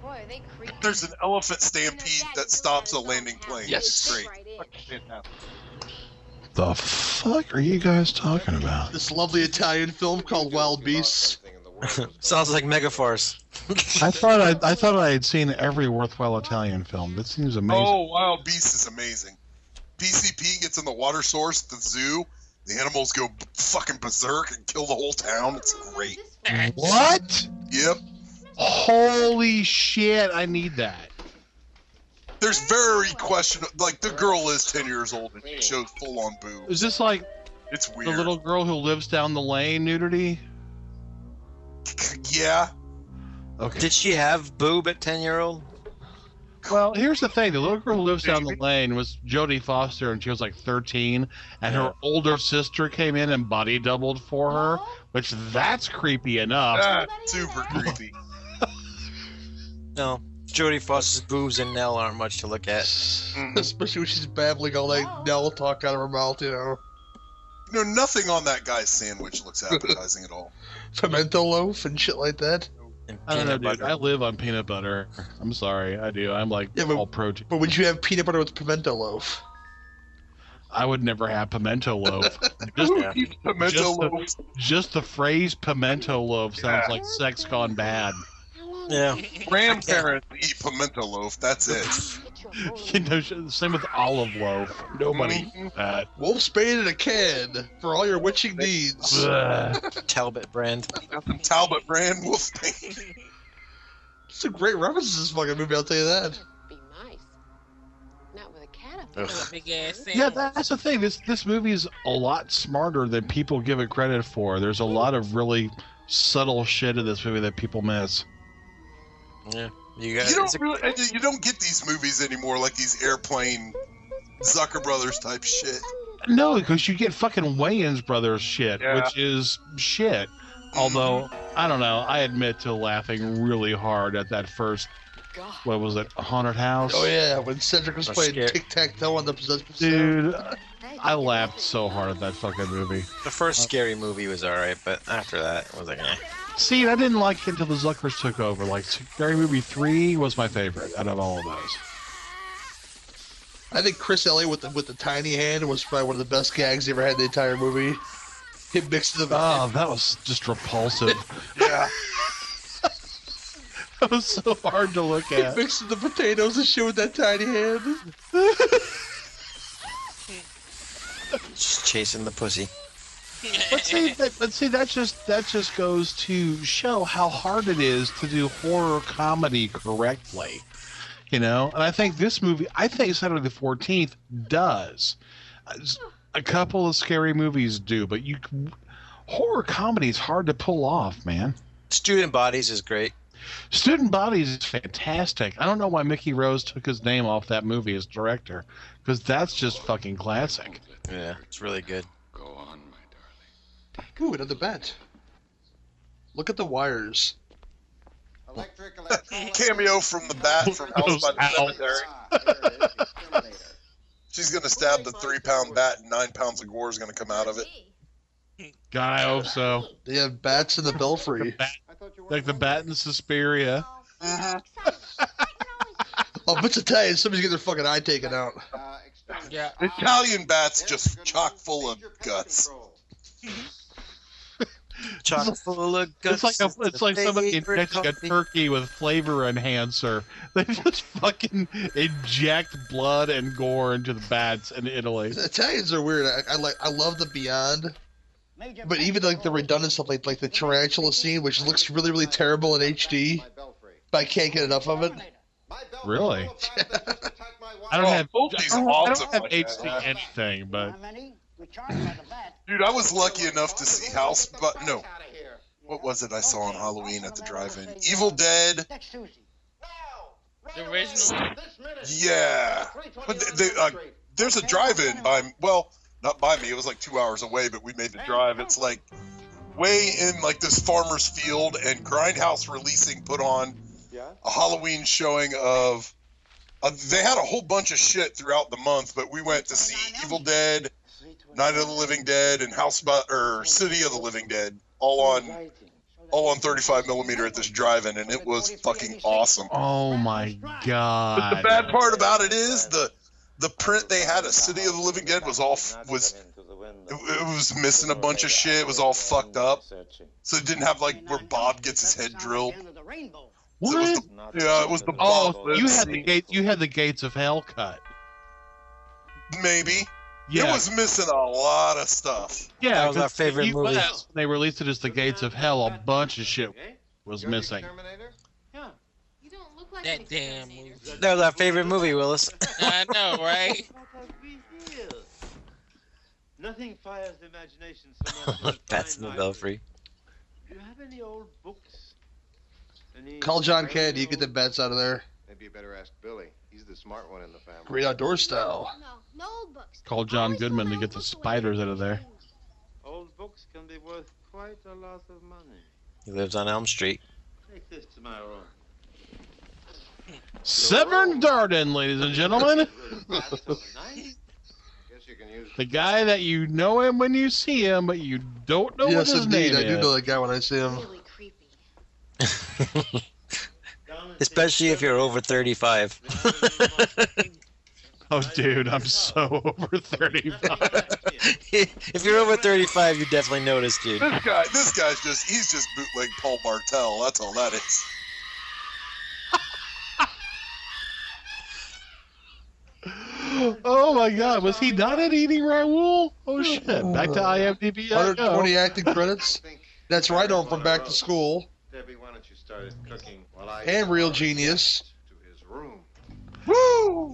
Speaker 7: Boy, they creepy.
Speaker 5: there's an elephant stampede that stops a landing plane.
Speaker 1: Yes.
Speaker 5: It's great.
Speaker 2: The fuck are you guys talking about?
Speaker 1: This lovely Italian film called Wild Beasts.
Speaker 4: Sounds like mega farce.
Speaker 2: I thought I, I thought I had seen every worthwhile Italian film. That seems amazing.
Speaker 5: Oh, Wild Beast is amazing. PCP gets in the water source, the zoo. The animals go b- fucking berserk and kill the whole town. It's great.
Speaker 2: What?
Speaker 5: Yep.
Speaker 2: Holy shit! I need that.
Speaker 5: There's very question. Like the girl is ten years old and she shows full on boobs.
Speaker 2: Is this like
Speaker 5: It's
Speaker 2: the
Speaker 5: weird.
Speaker 2: little girl who lives down the lane nudity?
Speaker 5: yeah.
Speaker 2: Okay.
Speaker 4: Did she have boob at ten year old?
Speaker 2: Well, here's the thing: the little girl who lives down the lane was Jodie Foster, and she was like 13, and her older sister came in and body doubled for her, which that's creepy enough.
Speaker 5: Ah,
Speaker 7: Anybody
Speaker 5: super
Speaker 7: there?
Speaker 5: creepy.
Speaker 4: No. Jodie Foster's boobs and Nell aren't much to look at. Mm-hmm.
Speaker 1: Especially when she's babbling all that Nell talk out of her mouth, you know.
Speaker 5: No, nothing on that guy's sandwich looks appetizing at all.
Speaker 1: Pimento loaf and shit like that.
Speaker 4: And
Speaker 2: I don't know,
Speaker 4: peanut
Speaker 2: dude.
Speaker 4: butter.
Speaker 2: I live on peanut butter. I'm sorry, I do. I'm like
Speaker 1: Yeah, but-
Speaker 2: all protein.
Speaker 1: But would you have peanut butter with pimento loaf?
Speaker 2: I would never have pimento loaf. just,
Speaker 5: Who eats pimento
Speaker 2: Just the-
Speaker 5: loaves?
Speaker 2: just the phrase pimento loaf sounds like sex gone bad.
Speaker 4: Yeah.
Speaker 5: Grandparents eat pimento loaf. That's it.
Speaker 2: You know, same with olive loaf. Nobody
Speaker 5: Mm-hmm.
Speaker 2: eats that.
Speaker 1: Wolf spade in a can for all your witching needs.
Speaker 2: Ugh.
Speaker 4: Uh, Talbot brand.
Speaker 5: Got some Talbot brand wolf paint.
Speaker 1: It's a great reference to this fucking movie, I'll tell you that.
Speaker 9: Be nice. Not with a cat up
Speaker 4: Ugh.
Speaker 9: there.
Speaker 3: Big ass
Speaker 2: yeah,
Speaker 3: sandwich.
Speaker 2: that's the thing. This this movie is a lot smarter than people give it credit for. There's a lot of really subtle shit in this movie that people miss.
Speaker 4: Yeah. You got
Speaker 5: You
Speaker 4: it's
Speaker 5: don't
Speaker 4: a-
Speaker 5: really, you don't get these movies anymore, like these airplane Zucker Brothers type shit.
Speaker 2: No, because you get fucking Wayans Brothers shit,
Speaker 5: Yeah.
Speaker 2: which is shit. Although I don't know, I admit to laughing really hard at that first.
Speaker 9: God.
Speaker 2: What was it? Haunted House.
Speaker 1: Oh, yeah, when Cedric was
Speaker 4: That's
Speaker 1: playing
Speaker 4: scary.
Speaker 1: tic tac toe on the possessed
Speaker 2: Dude,
Speaker 7: Hey,
Speaker 2: I laughed so hard at that fucking movie.
Speaker 4: the first scary movie was alright, but after that it was like eh.
Speaker 2: See, I didn't like it until the Zuckers took over. Like Scary Movie Three was my favorite out of all of those.
Speaker 1: I think Chris Elliott with the, with the tiny hand was probably one of the best gags he ever had in the entire movie. He mixed them up.
Speaker 2: Oh, that was just repulsive.
Speaker 5: Yeah.
Speaker 2: that was so hard to look
Speaker 1: He
Speaker 2: at.
Speaker 1: mixed the potatoes and shit with that tiny hand.
Speaker 4: Just chasing the pussy.
Speaker 2: But see, that, but see, that just that just goes to show how hard it is to do horror comedy correctly, you know. And I think this movie, I think Saturday the Fourteenth does. A couple of scary movies do, but you horror comedy is hard to pull off, man.
Speaker 4: Student Bodies is great.
Speaker 2: Student Bodies is fantastic. I don't know why Mickey Rose took his name off that movie as director, because that's just fucking classic.
Speaker 4: Yeah, it's really good.
Speaker 6: Go on, my darling.
Speaker 1: Ooh, another bat. Look at the wires.
Speaker 8: Electric, electric. Ah,
Speaker 5: Cameo from the bat from House by the
Speaker 2: Ow.
Speaker 5: Cemetery. She's gonna stab the three pound bat, and nine pounds of gore is gonna come out of it.
Speaker 2: God, I hope so.
Speaker 1: They have bats in the belfry.
Speaker 2: Like the bat in Suspiria.
Speaker 5: Uh-huh.
Speaker 1: Oh, but to tell you, somebody's getting their fucking eye taken out.
Speaker 8: Uh,
Speaker 3: Yeah.
Speaker 5: Italian bats just chock full of guts.
Speaker 4: Chock full of guts.
Speaker 2: It's like a,
Speaker 4: the
Speaker 2: it's like somebody
Speaker 4: favorite
Speaker 2: injecting a
Speaker 4: coffee.
Speaker 2: turkey with flavor enhancer. They just fucking inject blood and gore into the bats in Italy.
Speaker 1: The Italians are weird. I, I like, I love the Beyond, but even like the redundant stuff, like like the tarantula scene, which looks really really terrible in HD, but I can't get enough of it.
Speaker 2: Really? I don't
Speaker 5: Oh,
Speaker 2: have
Speaker 5: both these
Speaker 2: I don't, I
Speaker 5: awesome
Speaker 2: don't have
Speaker 5: like
Speaker 2: HD
Speaker 5: that.
Speaker 2: anything, but
Speaker 5: Dude, I was lucky enough to see House, but no, what was it I saw on Halloween at the drive-in? Evil Dead.
Speaker 10: Next Tuesday.
Speaker 3: The original.
Speaker 5: Yeah. But th- they, uh, there's a drive-in by well, not by me. It was like two hours away, but we made the drive. It's like way in like this farmer's field, and Grindhouse Releasing put on a Halloween showing of. Uh, they had a whole bunch of shit throughout the month, but we went to see Evil Dead, Night of the Living Dead, and House by, or City of the Living Dead, all on all on 35 oh millimeter at this drive-in, and it was fucking awesome.
Speaker 2: oh my
Speaker 5: But
Speaker 2: god.
Speaker 5: the bad part about it is the the print they had of City of the Living Dead was all f- was it, it was missing a bunch of shit. It was all fucked up, so it didn't have like where Bob gets his head drilled.
Speaker 2: what?
Speaker 5: It was the, yeah, it was the Bob.
Speaker 2: oh,
Speaker 5: Let's
Speaker 2: you had the
Speaker 5: see.
Speaker 2: gate. You had the gates of hell cut.
Speaker 5: maybe
Speaker 2: Yeah,
Speaker 5: it was missing a lot of stuff.
Speaker 2: yeah.
Speaker 4: That was our
Speaker 2: 'cause the
Speaker 4: favorite movie.
Speaker 2: US, when They released it as the gates of hell. A bunch of shit was missing.
Speaker 7: You don't look like
Speaker 3: That
Speaker 7: an
Speaker 3: damn
Speaker 7: exterminator.
Speaker 3: movie.
Speaker 4: That was our favorite movie, Willis.
Speaker 3: I know, right?
Speaker 10: Nothing fires the imagination
Speaker 4: Bats in the Belfry.
Speaker 8: Do you have any old books? Any
Speaker 1: Call John Candy. You get the
Speaker 8: manuals?
Speaker 1: bats out of there.
Speaker 8: Maybe you better ask Billy. He's the smart one in the family.
Speaker 1: Great outdoor style.
Speaker 7: No, no old books.
Speaker 2: Call
Speaker 7: I
Speaker 2: John
Speaker 7: always thought
Speaker 2: Goodman to
Speaker 7: old
Speaker 2: get the
Speaker 7: books were
Speaker 2: spiders out of there.
Speaker 8: Old books can be worth quite a lot of money.
Speaker 4: He lives on Elm Street.
Speaker 8: Take this to my room.
Speaker 2: Severn Darden, ladies and gentlemen.
Speaker 8: That's so nice. I guess you can use
Speaker 2: The guy that you know him when you see him, but you don't know
Speaker 1: yes,
Speaker 2: what his
Speaker 1: indeed.
Speaker 2: name
Speaker 1: I do
Speaker 2: is.
Speaker 1: know that guy when I see him.
Speaker 9: Really creepy.
Speaker 8: down and
Speaker 4: Especially if you're over 35.
Speaker 2: Oh, dude, I'm so over 35.
Speaker 4: if you're over 35, you definitely notice, dude.
Speaker 5: This guy, this guy's just, he's just bootleg Paul Martel. That's all that is.
Speaker 2: Oh my god, was he not at Eating Raoul? Oh shit, back
Speaker 1: Uh,
Speaker 2: to IMDb I go.
Speaker 1: 120 acting credits.
Speaker 8: think
Speaker 1: That's right on from Back to School.
Speaker 8: Debbie, why don't you start cooking while I
Speaker 1: And Real Genius.
Speaker 8: to his room.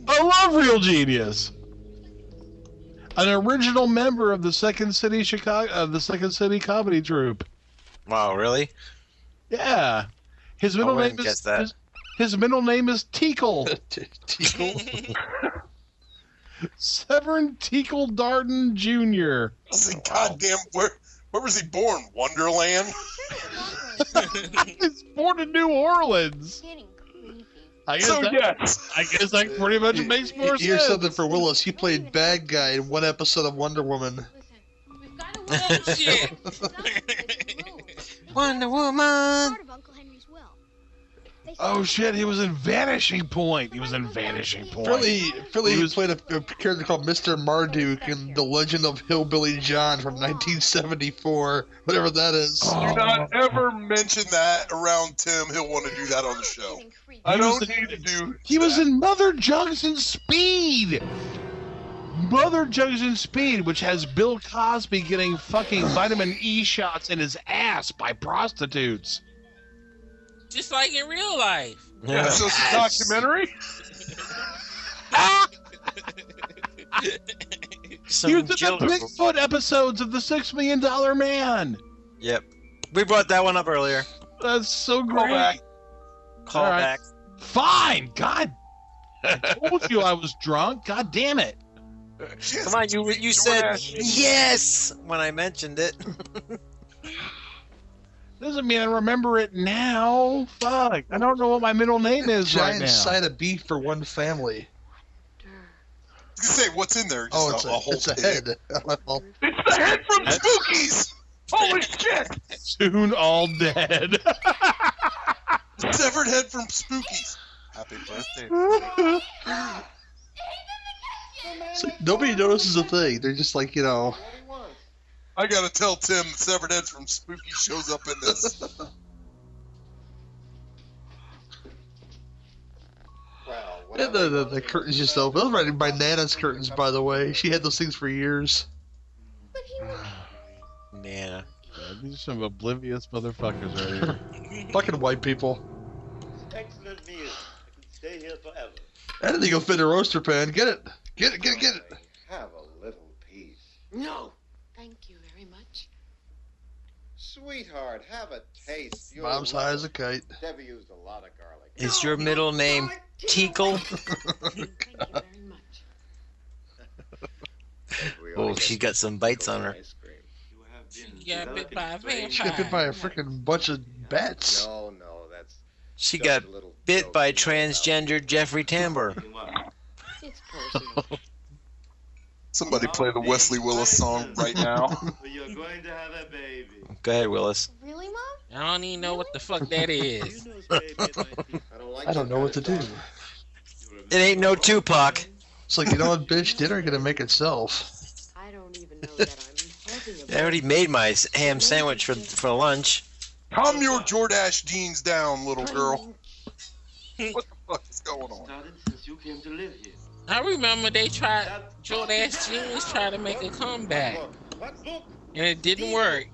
Speaker 2: I love Real Genius. An original member of the Second City Chicago of the Second City comedy troupe.
Speaker 4: Wow, really?
Speaker 2: Yeah. His middle
Speaker 4: wouldn't
Speaker 2: name is
Speaker 4: guess that.
Speaker 2: His, his middle name is Teakle.
Speaker 1: Teagle.
Speaker 2: Severn Teakle Darden Jr.
Speaker 5: I was like, goddamn, where, where was he born? Wonderland?
Speaker 2: He's born in New Orleans.
Speaker 7: Getting creepy.
Speaker 2: I guess
Speaker 5: So,
Speaker 2: that,
Speaker 5: yes.
Speaker 2: I guess that pretty much makes more
Speaker 1: Here's
Speaker 2: sense.
Speaker 1: something for Willis. He played bad guy in one episode of Wonder Woman.
Speaker 7: Listen, we've got to work
Speaker 3: Oh shit.
Speaker 4: Wonder Woman!
Speaker 7: Part of Uncle Henry's will. They
Speaker 2: Oh
Speaker 7: said-
Speaker 2: shit, he was in Vanishing Point. He was in Vanishing Point.
Speaker 1: Philly, Philly
Speaker 2: He was-
Speaker 1: played a, a character called Mr. Marduk in The Legend of Hillbilly John from 1974, whatever that is.
Speaker 2: Oh.
Speaker 5: Do not ever mention that around Tim. He'll want to do that on the show.
Speaker 7: Getting creepy.
Speaker 5: I
Speaker 2: He was
Speaker 5: don't
Speaker 2: the-
Speaker 5: need to do.
Speaker 2: He was in Mother Jugs and Speed. Mother Jugs and Speed, which has Bill Cosby getting fucking vitamin E shots in his ass by prostitutes.
Speaker 3: Just like in real life.
Speaker 4: Yeah.
Speaker 5: So it's a documentary.
Speaker 2: Ah!
Speaker 4: Some
Speaker 2: He was in the
Speaker 4: jiller-
Speaker 2: Bigfoot episodes of the Six Million Dollar Man.
Speaker 4: Yep. We brought that one up earlier.
Speaker 2: That's so
Speaker 5: Go
Speaker 2: great.
Speaker 5: back.
Speaker 4: Call
Speaker 2: All right.
Speaker 4: back.
Speaker 2: Fine. God. I told you I was drunk. God damn it.
Speaker 5: Yes.
Speaker 4: Come on, you you said yes when I mentioned it.
Speaker 2: Doesn't mean I remember it now. Fuck. I don't know what my middle name is
Speaker 1: Giant
Speaker 2: right now.
Speaker 1: side of beef for one family.
Speaker 5: You say what's in there? Just
Speaker 1: Oh, it's a,
Speaker 5: whole
Speaker 1: it's a
Speaker 5: pig.
Speaker 1: head. Well,
Speaker 5: It's the head from Spookies. Holy shit!
Speaker 2: Soon all dead.
Speaker 5: Severed head from Spookies. Happy birthday.
Speaker 1: so nobody notices a thing. They're just like, you know,
Speaker 5: I gotta tell Tim, severed head from Spooky shows up in this.
Speaker 8: Well,
Speaker 1: the,
Speaker 8: whatever.
Speaker 1: the, the curtains just open. Those were my Nana's curtains, by the way. She had those things for years.
Speaker 7: But he was
Speaker 4: Man,
Speaker 2: These are some oblivious motherfuckers right here.
Speaker 1: Fucking white people.
Speaker 8: Excellent meal. I could stay here forever.
Speaker 1: Anything will fit a roaster pan. Get it. Get it, get it, get it.
Speaker 8: Have a little peace.
Speaker 9: No. Thank you very much.
Speaker 8: Sweetheart, have a taste. You'll
Speaker 1: Mom's
Speaker 8: love
Speaker 1: high
Speaker 8: it.
Speaker 1: as a kite.
Speaker 8: Debbie used a lot of garlic.
Speaker 4: is your middle name Teakle?
Speaker 9: Thank you very much.
Speaker 8: We
Speaker 4: Oh,
Speaker 8: all
Speaker 4: she's
Speaker 8: get
Speaker 4: got some bites on her.
Speaker 8: ice cream. You have been
Speaker 3: She got bit
Speaker 8: developing
Speaker 3: by a
Speaker 8: strange-
Speaker 1: She got bit by a freaking bunch of bats.
Speaker 8: No, no, that's.
Speaker 4: She
Speaker 8: just
Speaker 4: got
Speaker 8: a little
Speaker 4: bit
Speaker 8: joke
Speaker 4: by
Speaker 8: you know about-
Speaker 4: transgender Jeffrey Tambor.
Speaker 9: It's personal.
Speaker 5: Somebody play the Wesley Willis song right now.
Speaker 8: Well, You're going to have a baby.
Speaker 4: Go ahead, Willis.
Speaker 7: really mom.
Speaker 3: I don't even know what the fuck that is.
Speaker 8: Who knows, baby, it might be- I don't, like
Speaker 1: I don't know what to do.
Speaker 4: It ain't no Tupac.
Speaker 1: It's like, you know what, bitch? Dinner gonna make itself.
Speaker 9: I don't even know that I'm holding a
Speaker 4: I already made my ham sandwich for for lunch.
Speaker 5: Calm your Jordache jeans down, little girl. What the fuck is going on?
Speaker 8: Started since you came to live here.
Speaker 3: I remember they tried Jordache Jeans tried to make a comeback
Speaker 8: What book?
Speaker 3: and it didn't work.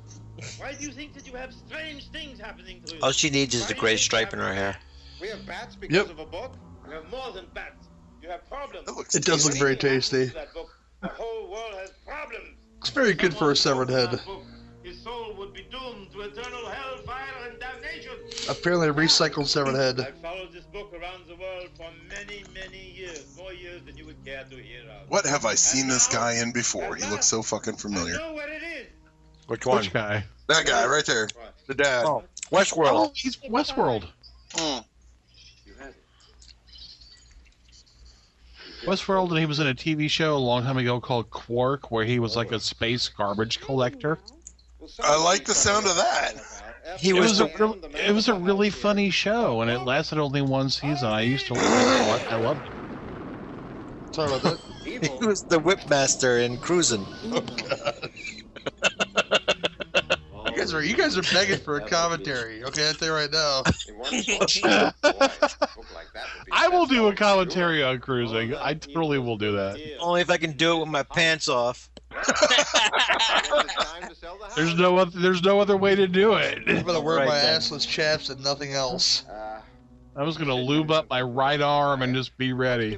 Speaker 8: Why do you think that you have strange things happening to you?
Speaker 4: All she needs is the gray stripe in her hair.
Speaker 8: We have bats because
Speaker 1: Yep.
Speaker 8: of a book. We have more than bats. You have problems.
Speaker 5: That looks
Speaker 1: It does look
Speaker 5: tasty.
Speaker 1: very tasty.
Speaker 8: That book. The whole world has problems.
Speaker 1: It's very good for a severed head.
Speaker 8: His soul would be doomed to eternal hell
Speaker 1: Apparently recycled severed head.
Speaker 10: I've followed this book around the world for many, many years. More years than you would care to hear of.
Speaker 5: What have I seen this guy in before? He looks so fucking familiar.
Speaker 10: I know where it is.
Speaker 4: Which one?
Speaker 2: Which guy?
Speaker 5: That guy right there, the dad.
Speaker 1: Oh.
Speaker 4: Westworld.
Speaker 2: Oh, he's Westworld.
Speaker 5: Mm.
Speaker 6: You had it.
Speaker 2: Westworld, and he was in a TV show a long time ago called Quark, where he was like a space garbage collector.
Speaker 5: I like the sound of that.
Speaker 4: He
Speaker 2: It
Speaker 4: was
Speaker 2: was a real, it was a really funny show, and it lasted only one season. I used to love it. I loved it.
Speaker 1: Sorry about that.
Speaker 4: oh, He was the whipmaster in cruising.
Speaker 1: You guys are you guys are begging for a commentary. Okay, I'll tell you right now.
Speaker 2: I will do a commentary on cruising. I totally will do that.
Speaker 4: Only if I can do it with my pants off.
Speaker 2: There's no other, there's no other way to do
Speaker 1: I'm
Speaker 2: it.
Speaker 1: gonna wear
Speaker 4: Right
Speaker 1: my
Speaker 4: then.
Speaker 1: assless chaps and nothing else.
Speaker 2: I was gonna lube up my right arm and just be ready.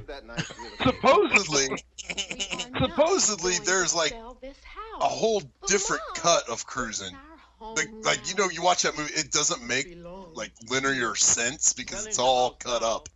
Speaker 5: Supposedly,
Speaker 7: Mm.
Speaker 9: Supposedly, there's like
Speaker 5: a whole different cut of cruising. Like, like you know, you watch that movie, it doesn't make like linear sense because it's all cut up.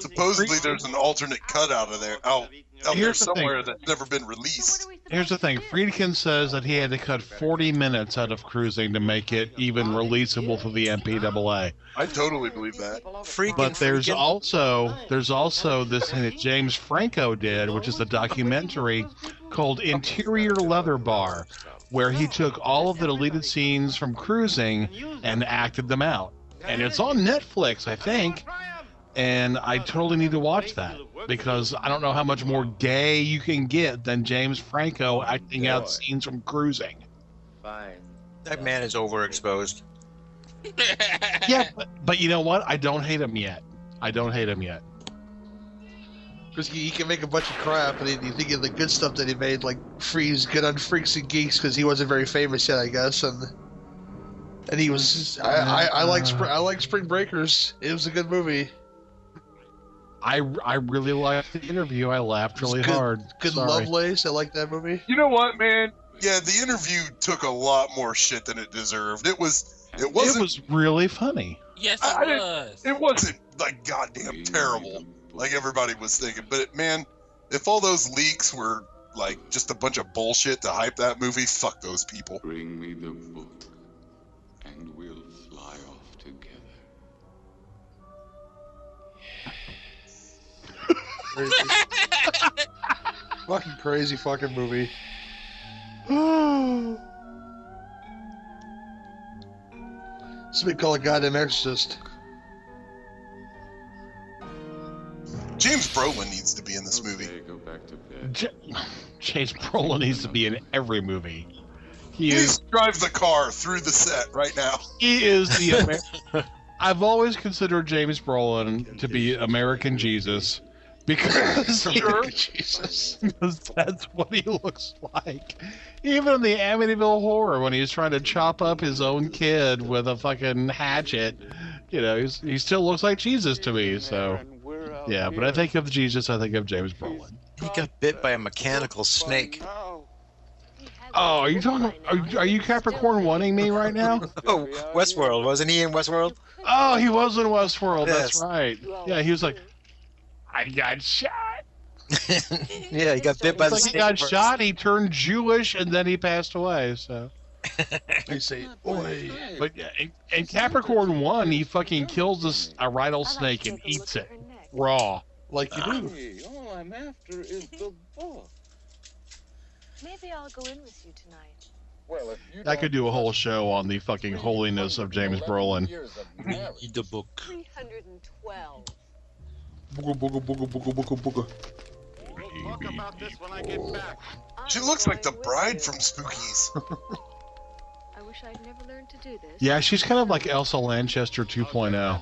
Speaker 5: Supposedly, there's an alternate cut out of there, out, out there
Speaker 2: Here's the thing.
Speaker 5: somewhere that's never been released.
Speaker 2: Here's the thing: Friedkin says that he had to cut 40 minutes out of cruising to make it even releasable through the MPAA.
Speaker 5: I totally believe that.
Speaker 4: Freaking.
Speaker 2: But there's
Speaker 4: freaking-
Speaker 2: also there's also this thing that James Franco did, which is a documentary called Interior Leather Bar, where he took all of the deleted scenes from cruising and acted them out. And it's on Netflix, I think. And I totally need to watch that because I don't know how much more gay you can get than James
Speaker 1: Oh,
Speaker 2: Franco acting out scenes from cruising.
Speaker 8: Fine.
Speaker 4: That man is overexposed.
Speaker 2: Yeah, but, but you know what? I don't hate him yet. I don't hate him yet.
Speaker 1: Because he, he can make a bunch of crap, and then you think of the good stuff that he made, like Freeze, good on Freaks and Geeks, because he wasn't very famous yet, I guess, and and he was. I I, I like Spr- I like Spring Breakers. It was a good movie.
Speaker 2: I, I really liked the interview. I laughed really
Speaker 1: Good-
Speaker 2: hard.
Speaker 1: Good
Speaker 2: Sorry.
Speaker 1: Lovelace. I like that movie.
Speaker 11: You know what, man?
Speaker 5: Yeah, the interview took a lot more shit than it deserved. It was, it
Speaker 2: It
Speaker 5: wasn't,
Speaker 2: was really funny.
Speaker 3: yes,
Speaker 5: I- I
Speaker 3: it
Speaker 5: didn't-
Speaker 3: was.
Speaker 5: it wasn't like goddamn terrible like everybody was thinking. But it, man, if all those leaks were like just a bunch of bullshit to hype that movie, fuck those people.
Speaker 6: Bring me the book, and we'll fly off together.
Speaker 1: Crazy. fucking crazy fucking movie. Somebody call a goddamn exorcist.
Speaker 5: James Brolin needs to be in this movie.
Speaker 6: Okay, go back to bed.
Speaker 2: J- James Brolin needs to be in every movie. He
Speaker 5: Please
Speaker 2: is.
Speaker 5: drive the car through the set right now.
Speaker 2: He is the. Amer- I've always considered James Brolin to be American Jesus because
Speaker 1: Jesus.
Speaker 2: because that's what he looks like. Even in the Amityville Horror, when he's trying to chop up his own kid with a fucking hatchet, you know, he's, he still looks like Jesus to me. So, yeah, but I think of Jesus, I think of James Brolin.
Speaker 4: He got bit by a mechanical snake.
Speaker 2: Oh, are you talking? Are, are you Capricorn wanting me right now?
Speaker 4: Oh, Westworld. Wasn't he in Westworld?
Speaker 2: Oh, he was in Westworld.
Speaker 4: Yes.
Speaker 2: That's right. Yeah, he was like, I got shot.
Speaker 4: yeah, he got bit by
Speaker 2: It's like
Speaker 4: the
Speaker 2: he
Speaker 4: snake.
Speaker 2: got
Speaker 4: first.
Speaker 2: shot. He turned Jewish, and then he passed away. So,
Speaker 1: They say, oi.
Speaker 2: but yeah, in, in Capricorn One, he fucking kills this a rhinal snake and eats it raw.
Speaker 1: Like you do.
Speaker 6: All I'm after is the book.
Speaker 9: Maybe I'll go in with you tonight.
Speaker 6: Well, if you
Speaker 2: I could do a whole show on the fucking holiness of James Brolin.
Speaker 4: Read the book.
Speaker 9: 312.
Speaker 1: Booga, booga, booga, booga, booga, booga.
Speaker 5: She looks like the bride from Spookies.
Speaker 9: I wish I'd never learned to do this.
Speaker 2: Yeah, she's kind of like Elsa Lanchester oh. 2.0.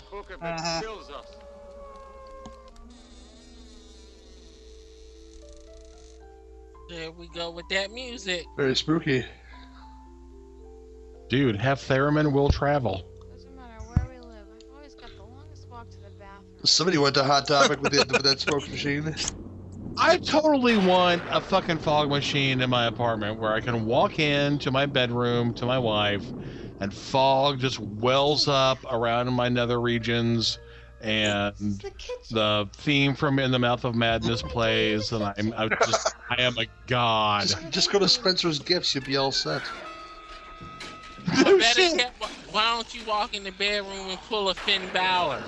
Speaker 3: There we go with that music.
Speaker 1: Very spooky.
Speaker 2: Dude, have Theremin will travel.
Speaker 7: Doesn't matter where we live, I've always got the longest walk to the bathroom.
Speaker 1: Somebody went to Hot Topic with, the, with that smoke machine.
Speaker 2: I totally want a fucking fog machine in my apartment where I can walk in to my bedroom to my wife and fog just wells up around my nether regions, and
Speaker 7: the kitchen.
Speaker 2: the theme from In the Mouth of Madness plays, and I'm, I'm just I am a god.
Speaker 1: Just, just go to Spencer's Gifts, you'll be all set.
Speaker 2: No
Speaker 3: Better
Speaker 2: Oh, shit.
Speaker 3: yet, wh- why don't you walk in the bedroom and pull a Finn Balor?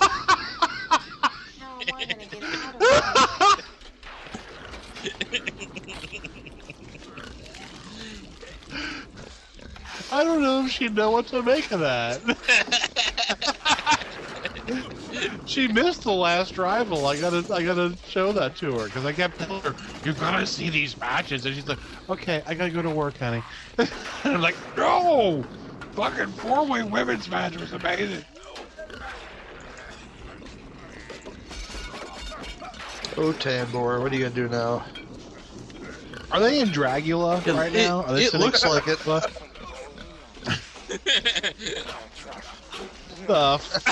Speaker 7: How am I gonna get out of it?
Speaker 2: I don't know if she know what to make of that. she missed the last rival. I gotta, I gotta show that to her because I kept telling her, "You've gotta see these matches," and she's like, "Okay, I gotta go to work, honey." and I'm like, "No, fucking four-way women's match was amazing."
Speaker 1: Oh, Tambor, what are you gonna do now?
Speaker 2: Are they in Dragula
Speaker 1: It-
Speaker 2: right
Speaker 1: it-
Speaker 2: now? Are they
Speaker 1: it
Speaker 2: sitting-
Speaker 1: looks like it.
Speaker 2: What the fuck? the fuck?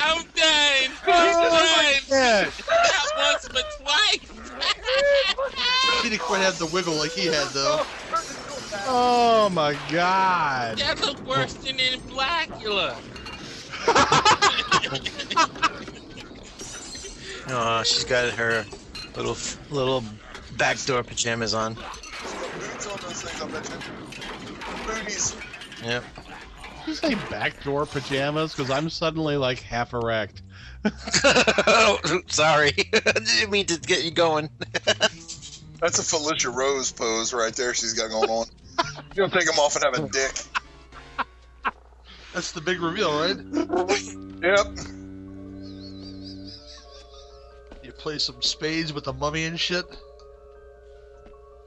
Speaker 3: I'm done.
Speaker 2: Oh,
Speaker 3: I'm done.
Speaker 2: shit.
Speaker 3: Not once but twice.
Speaker 1: He didn't quite have the wiggle like he had, though.
Speaker 2: Oh my god.
Speaker 3: that looked worse than in Blackula.
Speaker 4: Oh, she's got her little little backdoor pajamas on.
Speaker 5: Boots on those things, I bet you. Booties.
Speaker 4: Yep.
Speaker 2: Did you say backdoor pajamas? Because I'm suddenly like half erect.
Speaker 4: Sorry, didn't mean to get you going.
Speaker 5: That's a Felicia Rose pose right there she's got going on. You're gonna take them off and have a dick.
Speaker 1: That's the big reveal, right?
Speaker 5: Yep.
Speaker 1: You play some spades with the mummy and shit.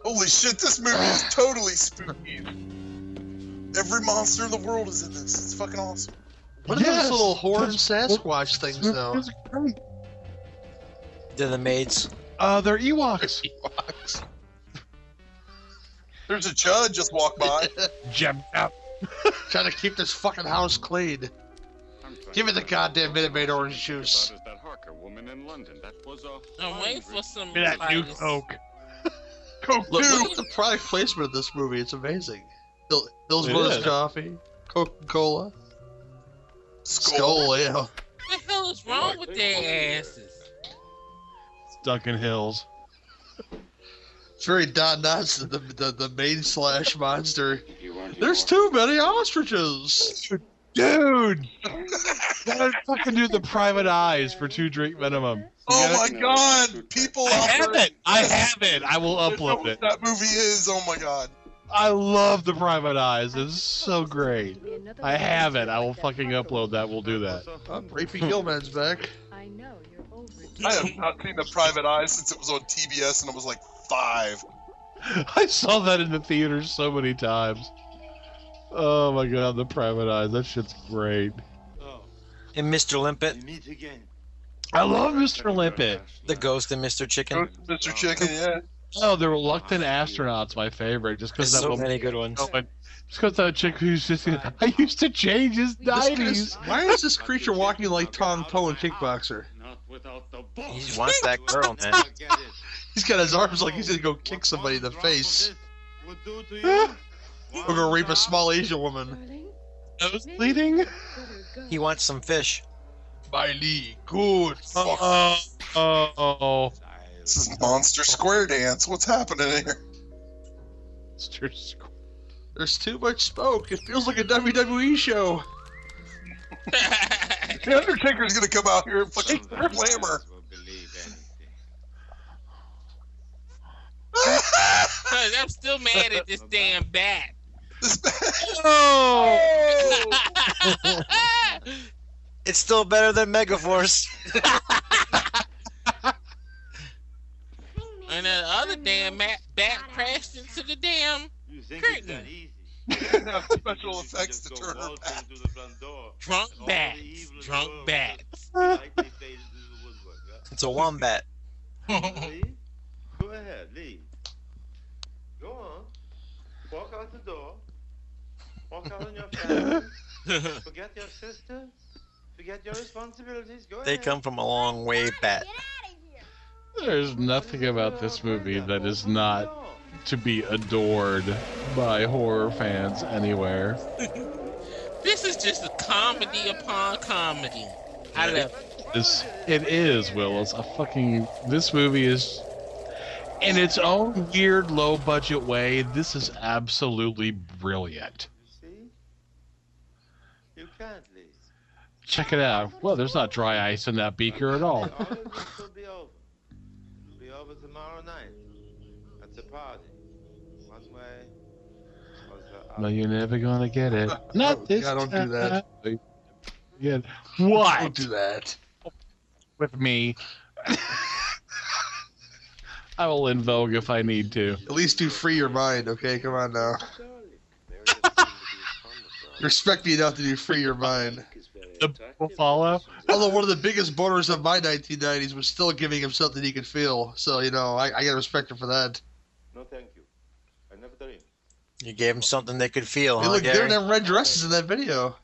Speaker 5: Holy shit, this movie is totally spooky. Every monster in the world is in this. It's fucking awesome.
Speaker 1: What are
Speaker 2: Yes.
Speaker 1: those little horn
Speaker 2: Those-
Speaker 1: Sasquatch things, though?
Speaker 4: They're the maids.
Speaker 2: Uh, they're Ewoks.
Speaker 5: There's a judge just walked by.
Speaker 2: Gem up.
Speaker 1: Trying to keep this fucking house clean. Give me the goddamn Minute Maid orange juice.
Speaker 6: That Harker woman in London. That was a.
Speaker 3: I'm waiting for some.
Speaker 2: Give me that new
Speaker 3: like,
Speaker 2: Coke.
Speaker 1: Coke Look,
Speaker 3: Dude.
Speaker 1: look at the product placement of this movie. It's amazing. Bill- Bill's
Speaker 2: It
Speaker 1: Brothers
Speaker 2: is.
Speaker 1: Coffee, Coca Cola,
Speaker 5: Skull.
Speaker 1: Skull, yeah.
Speaker 3: What the hell is wrong with their asses?
Speaker 2: It's Duncan Hills.
Speaker 1: It's very Don Knotts, the, the, the main slash monster.
Speaker 6: You weren't
Speaker 1: There's too many ostriches!
Speaker 2: Dude! Gotta fucking do the private eyes for two drink minimum.
Speaker 5: Oh my god! People
Speaker 2: I
Speaker 5: out there-
Speaker 2: have it! I have it! I will
Speaker 5: They know
Speaker 2: upload
Speaker 5: what
Speaker 2: it.
Speaker 5: That movie is. Oh my god.
Speaker 2: I love the private eyes. It's so great. I have it. I will fucking upload that. We'll do that.
Speaker 1: Oh, Rapey Gilman's back.
Speaker 9: I know you're over. it.
Speaker 5: I have not seen The Private Eye since it was on TBS and I was like five.
Speaker 2: I saw that in the theaters so many times. Oh my god, the private eyes. That shit's great.
Speaker 10: Oh,
Speaker 4: And Mr. Limpet,
Speaker 10: you meet again.
Speaker 2: I love Mr. Limpet.
Speaker 4: the ghost, and Mr. Chicken.
Speaker 5: Mr. Chicken, yeah.
Speaker 2: Oh, the reluctant
Speaker 6: Ah,
Speaker 2: astronaut's my favorite, just
Speaker 4: There's
Speaker 2: because that
Speaker 4: so
Speaker 2: woman,
Speaker 4: many good ones.
Speaker 2: just 'cause that chick who's just I used to change his
Speaker 1: This- this-
Speaker 2: nineties.
Speaker 1: why is this creature walking like Tom Toe in Kickboxer?
Speaker 10: Not without the balls.
Speaker 4: He just wants that girl, man.
Speaker 10: Forget it.
Speaker 1: He's got his arms like he's gonna go kick somebody in the face. Or go rape a small Asian woman.
Speaker 9: Darling,
Speaker 2: Nose bleeding.
Speaker 9: better go.
Speaker 4: He wants some fish.
Speaker 1: Miley, good.
Speaker 2: Oh,
Speaker 1: Fuck.
Speaker 2: oh, oh, oh.
Speaker 5: This is Monster Square Dance. What's happening here?
Speaker 2: Mr. Squ-
Speaker 1: There's too much smoke. It feels like a WWE show.
Speaker 5: The Undertaker's gonna come out here and fucking slammer.
Speaker 3: Cause I'm still mad at this damn bat.
Speaker 5: this man.
Speaker 2: Oh,
Speaker 4: It's still better than Megaforce.
Speaker 3: and then the other damn bat, bat crashed into the damn.
Speaker 10: You think it's that
Speaker 3: Curtain.
Speaker 10: easy?
Speaker 5: didn't have special
Speaker 10: You can
Speaker 5: effects
Speaker 10: just
Speaker 5: to
Speaker 10: go
Speaker 5: turn her
Speaker 10: waltz
Speaker 5: back.
Speaker 10: into the front door.
Speaker 3: Drunk
Speaker 10: All the
Speaker 3: bats.
Speaker 10: evil in the
Speaker 3: Drunk
Speaker 10: world
Speaker 3: bats.
Speaker 10: will likely fade into the woodwork, yeah?
Speaker 4: It's a wombat.
Speaker 10: Lee, Go ahead, Lee. Go on. Walk out the door. Walk out on your family. Forget your sister. Forget your responsibilities. Go
Speaker 4: They
Speaker 10: ahead.
Speaker 4: come from a long way back.
Speaker 7: Get out of here!
Speaker 2: there's nothing about this movie that is not to be adored by horror fans anywhere.
Speaker 3: This is just a comedy upon comedy. I love it.
Speaker 2: It's, it is, Will. It's a fucking. This movie is. In its own weird, low budget way, this is absolutely brilliant.
Speaker 10: See? You can't, Lee.
Speaker 2: Check it out. Well, there's not dry ice in that beaker at
Speaker 10: All
Speaker 2: all.
Speaker 10: of this will be over. It'll be over tomorrow night. At the party. One way or the
Speaker 2: No,
Speaker 10: other.
Speaker 2: you're never gonna get it. Not
Speaker 1: Oh,
Speaker 2: this.
Speaker 1: God, don't do that.
Speaker 2: time. Yeah. What?
Speaker 1: Don't do that.
Speaker 2: with me. I will invoke if I need to.
Speaker 1: At least do free your mind, okay? Come on now.
Speaker 8: There doesn't seem to be a ton of them.
Speaker 1: Respect me enough to do free your mind.
Speaker 8: It's very
Speaker 2: The
Speaker 8: attractive.
Speaker 2: will follow.
Speaker 1: Although one of the biggest boners of my 1990s was still giving him something he could feel. So, you know, I, I gotta respect him for that.
Speaker 10: No, thank you. I never dream.
Speaker 4: You gave them something they could feel,
Speaker 1: They
Speaker 4: huh,
Speaker 1: look
Speaker 4: Gary?
Speaker 1: different in red dresses in that video.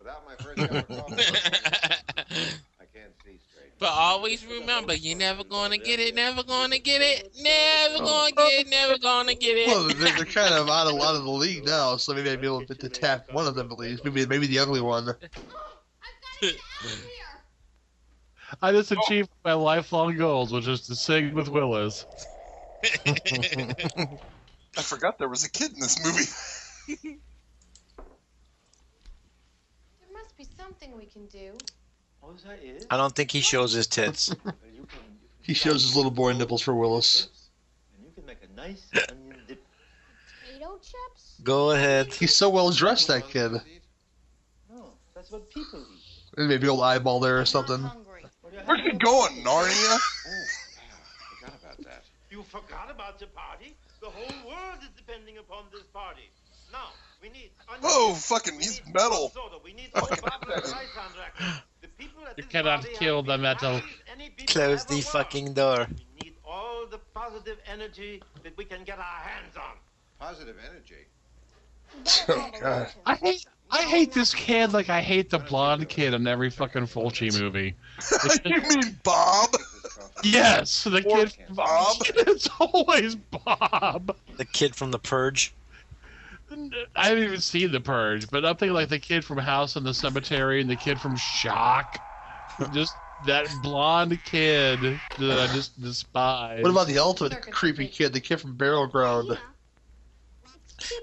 Speaker 8: Without my first ever coffee, I can't see straight.
Speaker 3: but always remember, you're never gonna get it, never gonna get it, never gonna get it, never gonna get
Speaker 1: Well,
Speaker 3: it.
Speaker 1: they're, they're kind of out of, out of the league now, so maybe I'd be able to, to tap one of them at least. Maybe maybe the ugly one.
Speaker 7: I've got to get out of here.
Speaker 2: I
Speaker 1: Oh.
Speaker 2: just achieved my lifelong goals, which is to sing with Willis.
Speaker 5: I forgot there was a kid in this movie.
Speaker 7: There must be something we can do.
Speaker 10: Oh, is that it?
Speaker 4: I don't think he shows his tits.
Speaker 10: You can, you can
Speaker 1: He shows his little boy nipples for Willis.
Speaker 10: And you can make a nice onion dip.
Speaker 7: Potato chips?
Speaker 4: Go ahead.
Speaker 1: He's so well dressed, that kid.
Speaker 10: No, that's what people eat.
Speaker 1: And Maybe old eyeball there or
Speaker 7: I'm
Speaker 1: something.
Speaker 7: not hungry.
Speaker 10: What do you
Speaker 5: Where
Speaker 10: have?
Speaker 5: you going, Narnia?
Speaker 8: Oh, Forgot about that.
Speaker 10: You forgot about the party? The whole world is depending upon this party. Now, we need. Onion
Speaker 1: Oh,
Speaker 5: Whoa,
Speaker 10: dip.
Speaker 5: fucking,
Speaker 10: We
Speaker 5: he's
Speaker 10: need
Speaker 5: metal.
Speaker 10: Soda. We need some bubbler rice on record. The people at
Speaker 2: You
Speaker 10: this
Speaker 2: cannot
Speaker 10: party
Speaker 2: kill
Speaker 10: have
Speaker 2: the
Speaker 10: been
Speaker 2: metal.
Speaker 10: happy as any people
Speaker 4: Close
Speaker 10: ever
Speaker 4: the
Speaker 10: were.
Speaker 4: fucking door.
Speaker 10: We need all the positive energy that we can get our hands on.
Speaker 8: Positive energy.
Speaker 1: Oh, God.
Speaker 2: I hate. I hate this kid like I hate the blonde kid in every fucking Fulci movie.
Speaker 5: you mean Bob?
Speaker 8: This coffee.
Speaker 2: Yes, the
Speaker 5: Or
Speaker 2: kid from Bob. It's always Bob.
Speaker 4: The kid from The Purge.
Speaker 2: I haven't even seen The Purge, but I'm thinking like the kid from House in the Cemetery and the kid from Shock. Just that blonde kid that I just despise.
Speaker 1: What about the ultimate creepy kid, the kid from Barrel Ground?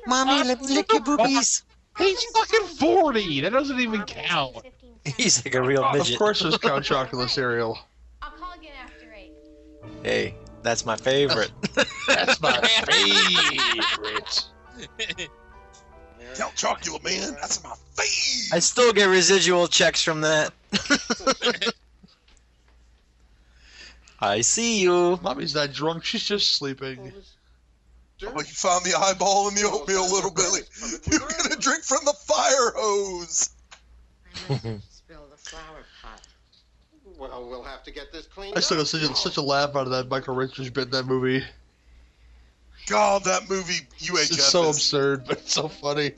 Speaker 4: Mommy, let me lick your boobies.
Speaker 2: He's fucking 40. That doesn't even count.
Speaker 4: He's like a real
Speaker 1: Of
Speaker 4: midget.
Speaker 1: course, there's Count Chocula cereal.
Speaker 7: I'll call again after eight.
Speaker 4: Hey, that's my favorite.
Speaker 1: That's my favorite.
Speaker 5: Count Chocula, man. That's my face.
Speaker 4: I still get residual checks from that. I see you.
Speaker 1: Mommy's not drunk; she's just sleeping.
Speaker 5: Well, you found the eyeball in the oatmeal, little Billy. You're gonna drink from the fire hose.
Speaker 8: Spill the flower pot. Well, we'll have to get this cleaned
Speaker 1: I still
Speaker 8: up.
Speaker 1: got such a, such a laugh out of that Michael Richards bit in that movie.
Speaker 5: God, that movie UHF.
Speaker 1: It's so
Speaker 5: is,
Speaker 1: absurd, but it's so funny.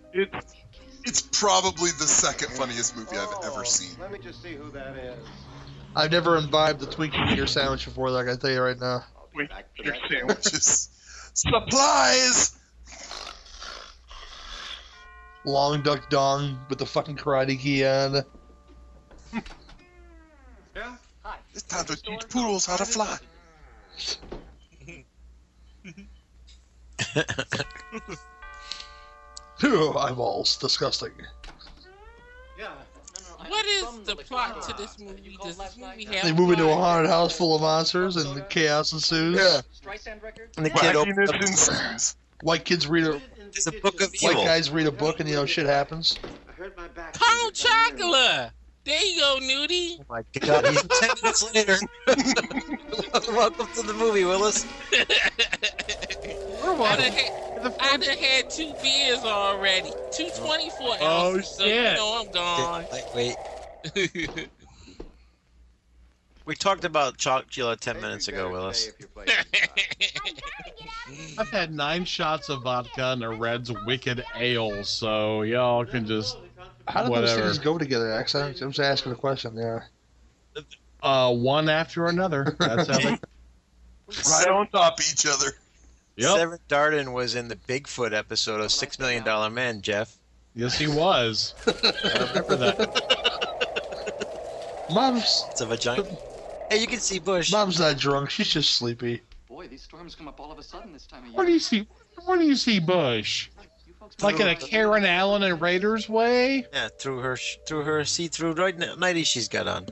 Speaker 5: it's probably the second funniest movie I've
Speaker 8: Oh,
Speaker 5: ever seen.
Speaker 8: Let me just see who that is.
Speaker 1: I've never imbibed the Twinkie Meter sandwich before, like I tell you right now.
Speaker 8: I'll be back to that.
Speaker 5: Just supplies.
Speaker 1: Long Duck Dong with the fucking Karate Kid on.
Speaker 10: Yeah? Hi.
Speaker 5: It's time to teach poodles how to fly.
Speaker 1: Ew, eyeballs, disgusting.
Speaker 10: Yeah.
Speaker 3: What is the plot to this movie? Does this movie have
Speaker 1: They move into a
Speaker 3: plot?
Speaker 1: haunted house full of monsters, and the chaos ensues.
Speaker 5: Yeah.
Speaker 10: Streisand record?
Speaker 4: And the kid opens
Speaker 5: Happiness
Speaker 4: up.
Speaker 5: ensues.
Speaker 1: White kids read a
Speaker 4: It's a book of
Speaker 1: white
Speaker 4: Evil.
Speaker 1: guys read a book, and you know shit happens.
Speaker 10: I hurt my back.
Speaker 3: Count Chocula. There you go, Nudie.
Speaker 4: Oh my god, he's 10 minutes later. Welcome to the movie, Willis.
Speaker 2: Where
Speaker 3: I
Speaker 2: was
Speaker 3: done
Speaker 2: it?
Speaker 3: had,
Speaker 2: The
Speaker 3: I
Speaker 2: fuck-
Speaker 3: done had two beers already. 224
Speaker 2: Oh,
Speaker 3: ounces, so you
Speaker 2: shit.
Speaker 3: know I'm gone.
Speaker 4: Wait, we talked about Chocula 10 minutes ago, Willis.
Speaker 2: I've had nine shots of vodka and a Red's Wicked Ale, so y'all can just.
Speaker 1: How do those
Speaker 2: Whatever.
Speaker 1: things go together? Ax? I'm I'm just asking a question. Yeah.
Speaker 2: Uh, one after another. That's how they.
Speaker 5: Right on top of each other.
Speaker 2: Yep.
Speaker 4: Severin Darden was in the Bigfoot episode of Six Million Dollar Man, Jeff.
Speaker 2: Yes, he was. I remember that.
Speaker 1: Mom's
Speaker 4: It's a vagina. Hey, you can see Bush.
Speaker 1: mom's not drunk. She's just sleepy.
Speaker 10: Boy, these storms come up all of a sudden this time of
Speaker 2: Where do you see? Where do you see Bush?
Speaker 10: You folks
Speaker 2: Like in a Karen Allen and Raiders way?
Speaker 4: Yeah, through her, sh- through her see-through right nighty she's got on.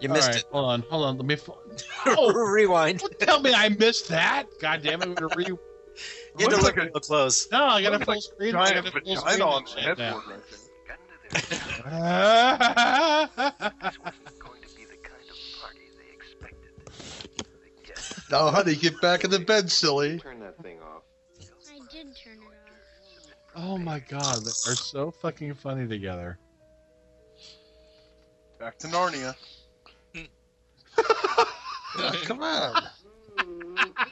Speaker 4: You
Speaker 2: All
Speaker 4: missed
Speaker 2: right, hold on, hold on. Let me. f-
Speaker 4: it.
Speaker 2: Oh.
Speaker 4: Rewind.
Speaker 2: Don't tell me I missed that. God damn it! I'm gonna re-
Speaker 4: You had to
Speaker 5: Looks
Speaker 4: look
Speaker 5: like a-
Speaker 4: real close.
Speaker 2: No, I got
Speaker 5: Looks
Speaker 2: a full
Speaker 5: like
Speaker 2: screen. I
Speaker 5: Giant
Speaker 2: got a full
Speaker 5: vagina
Speaker 2: screen.
Speaker 5: on
Speaker 2: of
Speaker 5: the
Speaker 2: shit now.
Speaker 5: headboard right there.
Speaker 1: Now, honey, get back in the bed, silly.
Speaker 10: Turn that thing off.
Speaker 7: I did turn it off.
Speaker 2: oh my god, they're so fucking funny together.
Speaker 5: Back to Narnia.
Speaker 1: Yeah, come on.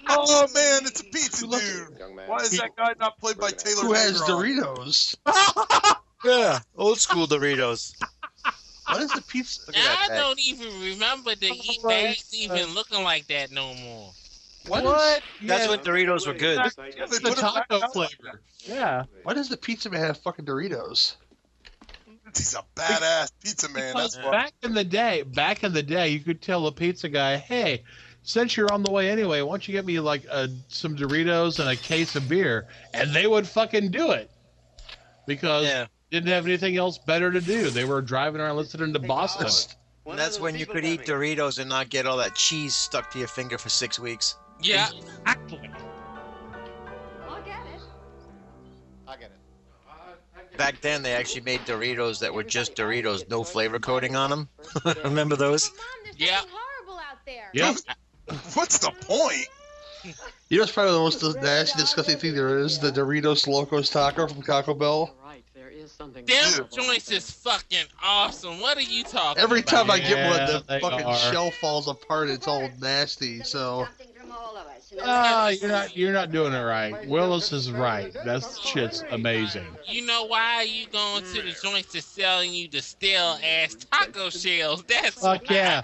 Speaker 5: Oh man, it's a pizza
Speaker 2: Look-
Speaker 5: dude.
Speaker 10: Young man.
Speaker 5: Why is that guy not played by Taylor?
Speaker 1: Who has
Speaker 5: Negron?
Speaker 1: Doritos?
Speaker 4: Yeah, old school Doritos.
Speaker 1: What is the pizza?
Speaker 4: Look at that
Speaker 3: I
Speaker 4: bag.
Speaker 3: don't even remember the eat
Speaker 2: Right.
Speaker 3: bags even looking like that no more.
Speaker 1: What? Is,
Speaker 4: That's
Speaker 2: Yeah.
Speaker 4: when Doritos were good.
Speaker 5: They
Speaker 2: the
Speaker 5: put it back
Speaker 2: taco
Speaker 5: out like
Speaker 2: flavor. Yeah.
Speaker 1: why does the pizza man have fucking Doritos?
Speaker 5: He's a badass pizza man.
Speaker 2: Because
Speaker 5: That's why.
Speaker 2: back in the day, back in the day, you could tell a pizza guy, "Hey, since you're on the way anyway, why don't you get me like uh, some Doritos and a case of beer?" And they would fucking do it because
Speaker 4: Yeah,
Speaker 2: they didn't have anything else better to do. They were driving around listening to Boston.
Speaker 1: That's,
Speaker 10: One
Speaker 4: and
Speaker 10: of
Speaker 4: that's
Speaker 10: those
Speaker 4: when you
Speaker 10: people
Speaker 4: could
Speaker 10: got
Speaker 4: eat
Speaker 10: me.
Speaker 4: Doritos and not get all that cheese stuck to your finger for six weeks.
Speaker 3: Yeah,
Speaker 2: Exactly.
Speaker 9: I'll get it.
Speaker 8: I'll get it.
Speaker 4: Back then, they actually made Doritos that were just Doritos, no flavor coating on them. Remember those?
Speaker 9: But Mom, there's
Speaker 3: Yeah.
Speaker 9: nothing horrible out there.
Speaker 2: Yeah.
Speaker 5: What's the point?
Speaker 1: you know, it's probably the most nasty, disgusting thing there is the Doritos Locos Taco from Taco Bell.
Speaker 10: Right, there is something.
Speaker 3: them
Speaker 10: horrible
Speaker 3: joints
Speaker 10: there.
Speaker 3: is fucking awesome. What are you talking
Speaker 1: Every
Speaker 3: about?
Speaker 1: time I get
Speaker 2: Yeah,
Speaker 1: one, the
Speaker 2: they
Speaker 1: fucking
Speaker 2: are.
Speaker 1: shell falls apart. It's all nasty. So
Speaker 9: Something from all of us.
Speaker 2: Ah, you're not you're not doing it right. Willis is right. That shit's amazing.
Speaker 3: You know why you going to the joints that's selling you the stale ass taco shells? That's
Speaker 1: Uh,
Speaker 2: Fuck yeah.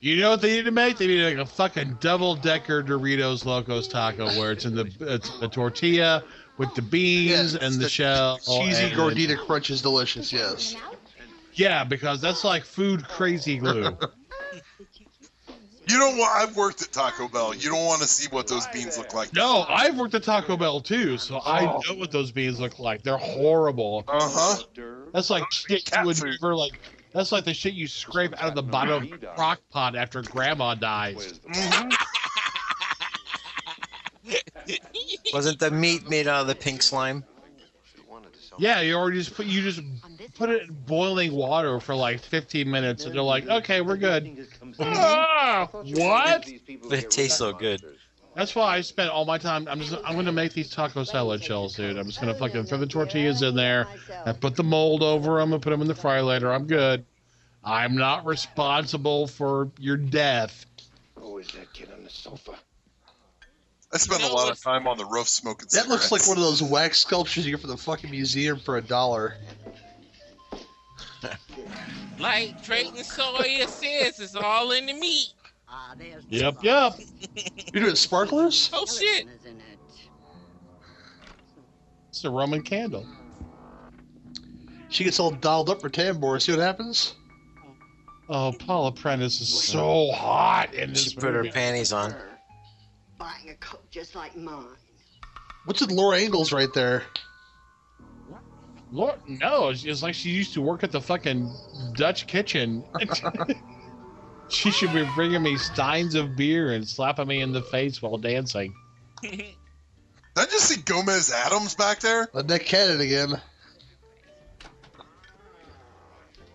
Speaker 2: You know what they need to make? They need like a fucking double decker Doritos Locos Taco where it's in the it's the tortilla with the beans
Speaker 1: Yeah,
Speaker 2: and the,
Speaker 1: the
Speaker 2: shell.
Speaker 1: cheesy
Speaker 2: and-
Speaker 1: gordita crunch is delicious. Yes.
Speaker 2: Yeah, because that's like food crazy glue.
Speaker 5: You know what? I've worked at Taco Bell. You don't want to see what those beans look like.
Speaker 2: no, I've worked at Taco Bell too, so I
Speaker 1: Oh.
Speaker 2: know what those beans look like. They're horrible.
Speaker 5: Uh huh.
Speaker 2: That's like shit
Speaker 5: cat
Speaker 2: you would
Speaker 5: food.
Speaker 2: never like that's like the shit you scrape out of the bottom of a crock pot after grandma dies.
Speaker 5: Mm-hmm.
Speaker 4: Wasn't the meat made out of the pink slime?
Speaker 2: Yeah, you already just put you just put it in boiling water for like 15 minutes and they're like, okay, we're good. Ah, what?
Speaker 4: But it tastes so good.
Speaker 2: That's why I spent all my time. I'm just I'm gonna make these taco salad shells, dude. I'm just gonna fucking throw the tortillas in there and put the mold over them and put them in the fry later. I'm good. I'm not responsible for your death.
Speaker 10: Who is that kid on the sofa?
Speaker 5: I spent a lot of time on the roof smoking
Speaker 1: That looks
Speaker 5: cigarettes.
Speaker 1: like one of those wax sculptures you get from the fucking museum for a dollar.
Speaker 3: like Drayton Sawyer says, it's all in the meat.
Speaker 2: Ah, Yep, yep.
Speaker 1: You're doing sparklers?
Speaker 3: Oh shit.
Speaker 2: It's a Roman candle.
Speaker 1: She gets all dialed up for Tambor. See what happens?
Speaker 2: Oh, Paula Prentice is so hot in
Speaker 4: She
Speaker 2: this
Speaker 4: put her
Speaker 2: movie.
Speaker 4: panties on.
Speaker 9: Buying a coat just like mine.
Speaker 1: What's with Laura Ingalls right there?
Speaker 2: Lord, no, it's just like she used to work at the fucking Dutch kitchen. she should be bringing me steins of beer and slapping me in the face while dancing.
Speaker 5: Did I just see Gomez Adams back there?
Speaker 1: Let Nick Cannon again.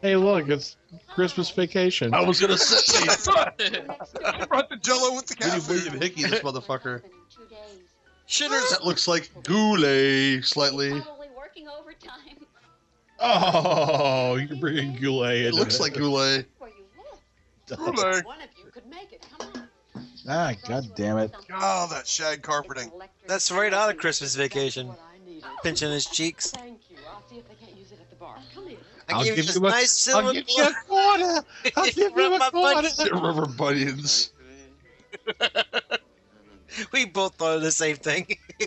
Speaker 2: Hey, look, it's Christmas vacation.
Speaker 1: I was gonna say
Speaker 5: I brought the Jello with the cat
Speaker 1: William,
Speaker 5: food.
Speaker 1: William Hickey, this motherfucker.
Speaker 4: Shitters.
Speaker 1: That looks like Goulet slightly.
Speaker 9: Probably working overtime
Speaker 2: Oh, you're bringing Goulet.
Speaker 1: It
Speaker 2: into
Speaker 1: looks like Goulet.
Speaker 9: where you live.
Speaker 5: Goulet.
Speaker 9: One of you could make it. Come on.
Speaker 2: Ah, god damn it.
Speaker 5: Oh, that shag carpeting.
Speaker 4: That's right out of Christmas vacation.
Speaker 10: What I needed.
Speaker 4: Pinching his cheeks.
Speaker 10: Thank you. I'll see if they can't use it at the bar. Come here.
Speaker 4: I gave you this
Speaker 2: a-
Speaker 4: nice
Speaker 2: I'll
Speaker 4: silver.
Speaker 2: give you a quarter. I'll give
Speaker 4: Rub
Speaker 2: you
Speaker 4: my
Speaker 2: a quarter.
Speaker 1: They're rubber bunions.
Speaker 4: we both thought of the same thing.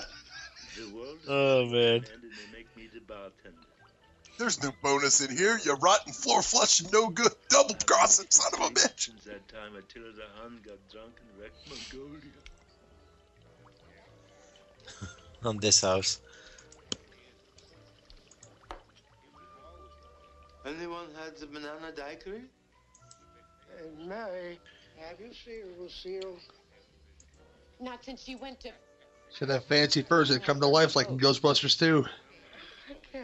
Speaker 10: The world is
Speaker 4: oh
Speaker 10: and
Speaker 4: man.
Speaker 10: they make me the bartender.
Speaker 5: There's no bonus in here. You rotten floor flush, no good, double crossing son of a bitch.
Speaker 10: Since that time Attila the Hun got drunk and wrecked Mongolia.
Speaker 4: On this house.
Speaker 10: Anyone had the banana daiquiri?
Speaker 8: Mary, have you seen Lucille?
Speaker 7: Not since she went to.
Speaker 1: So that fancy furs that come to life like in Ghostbusters 2.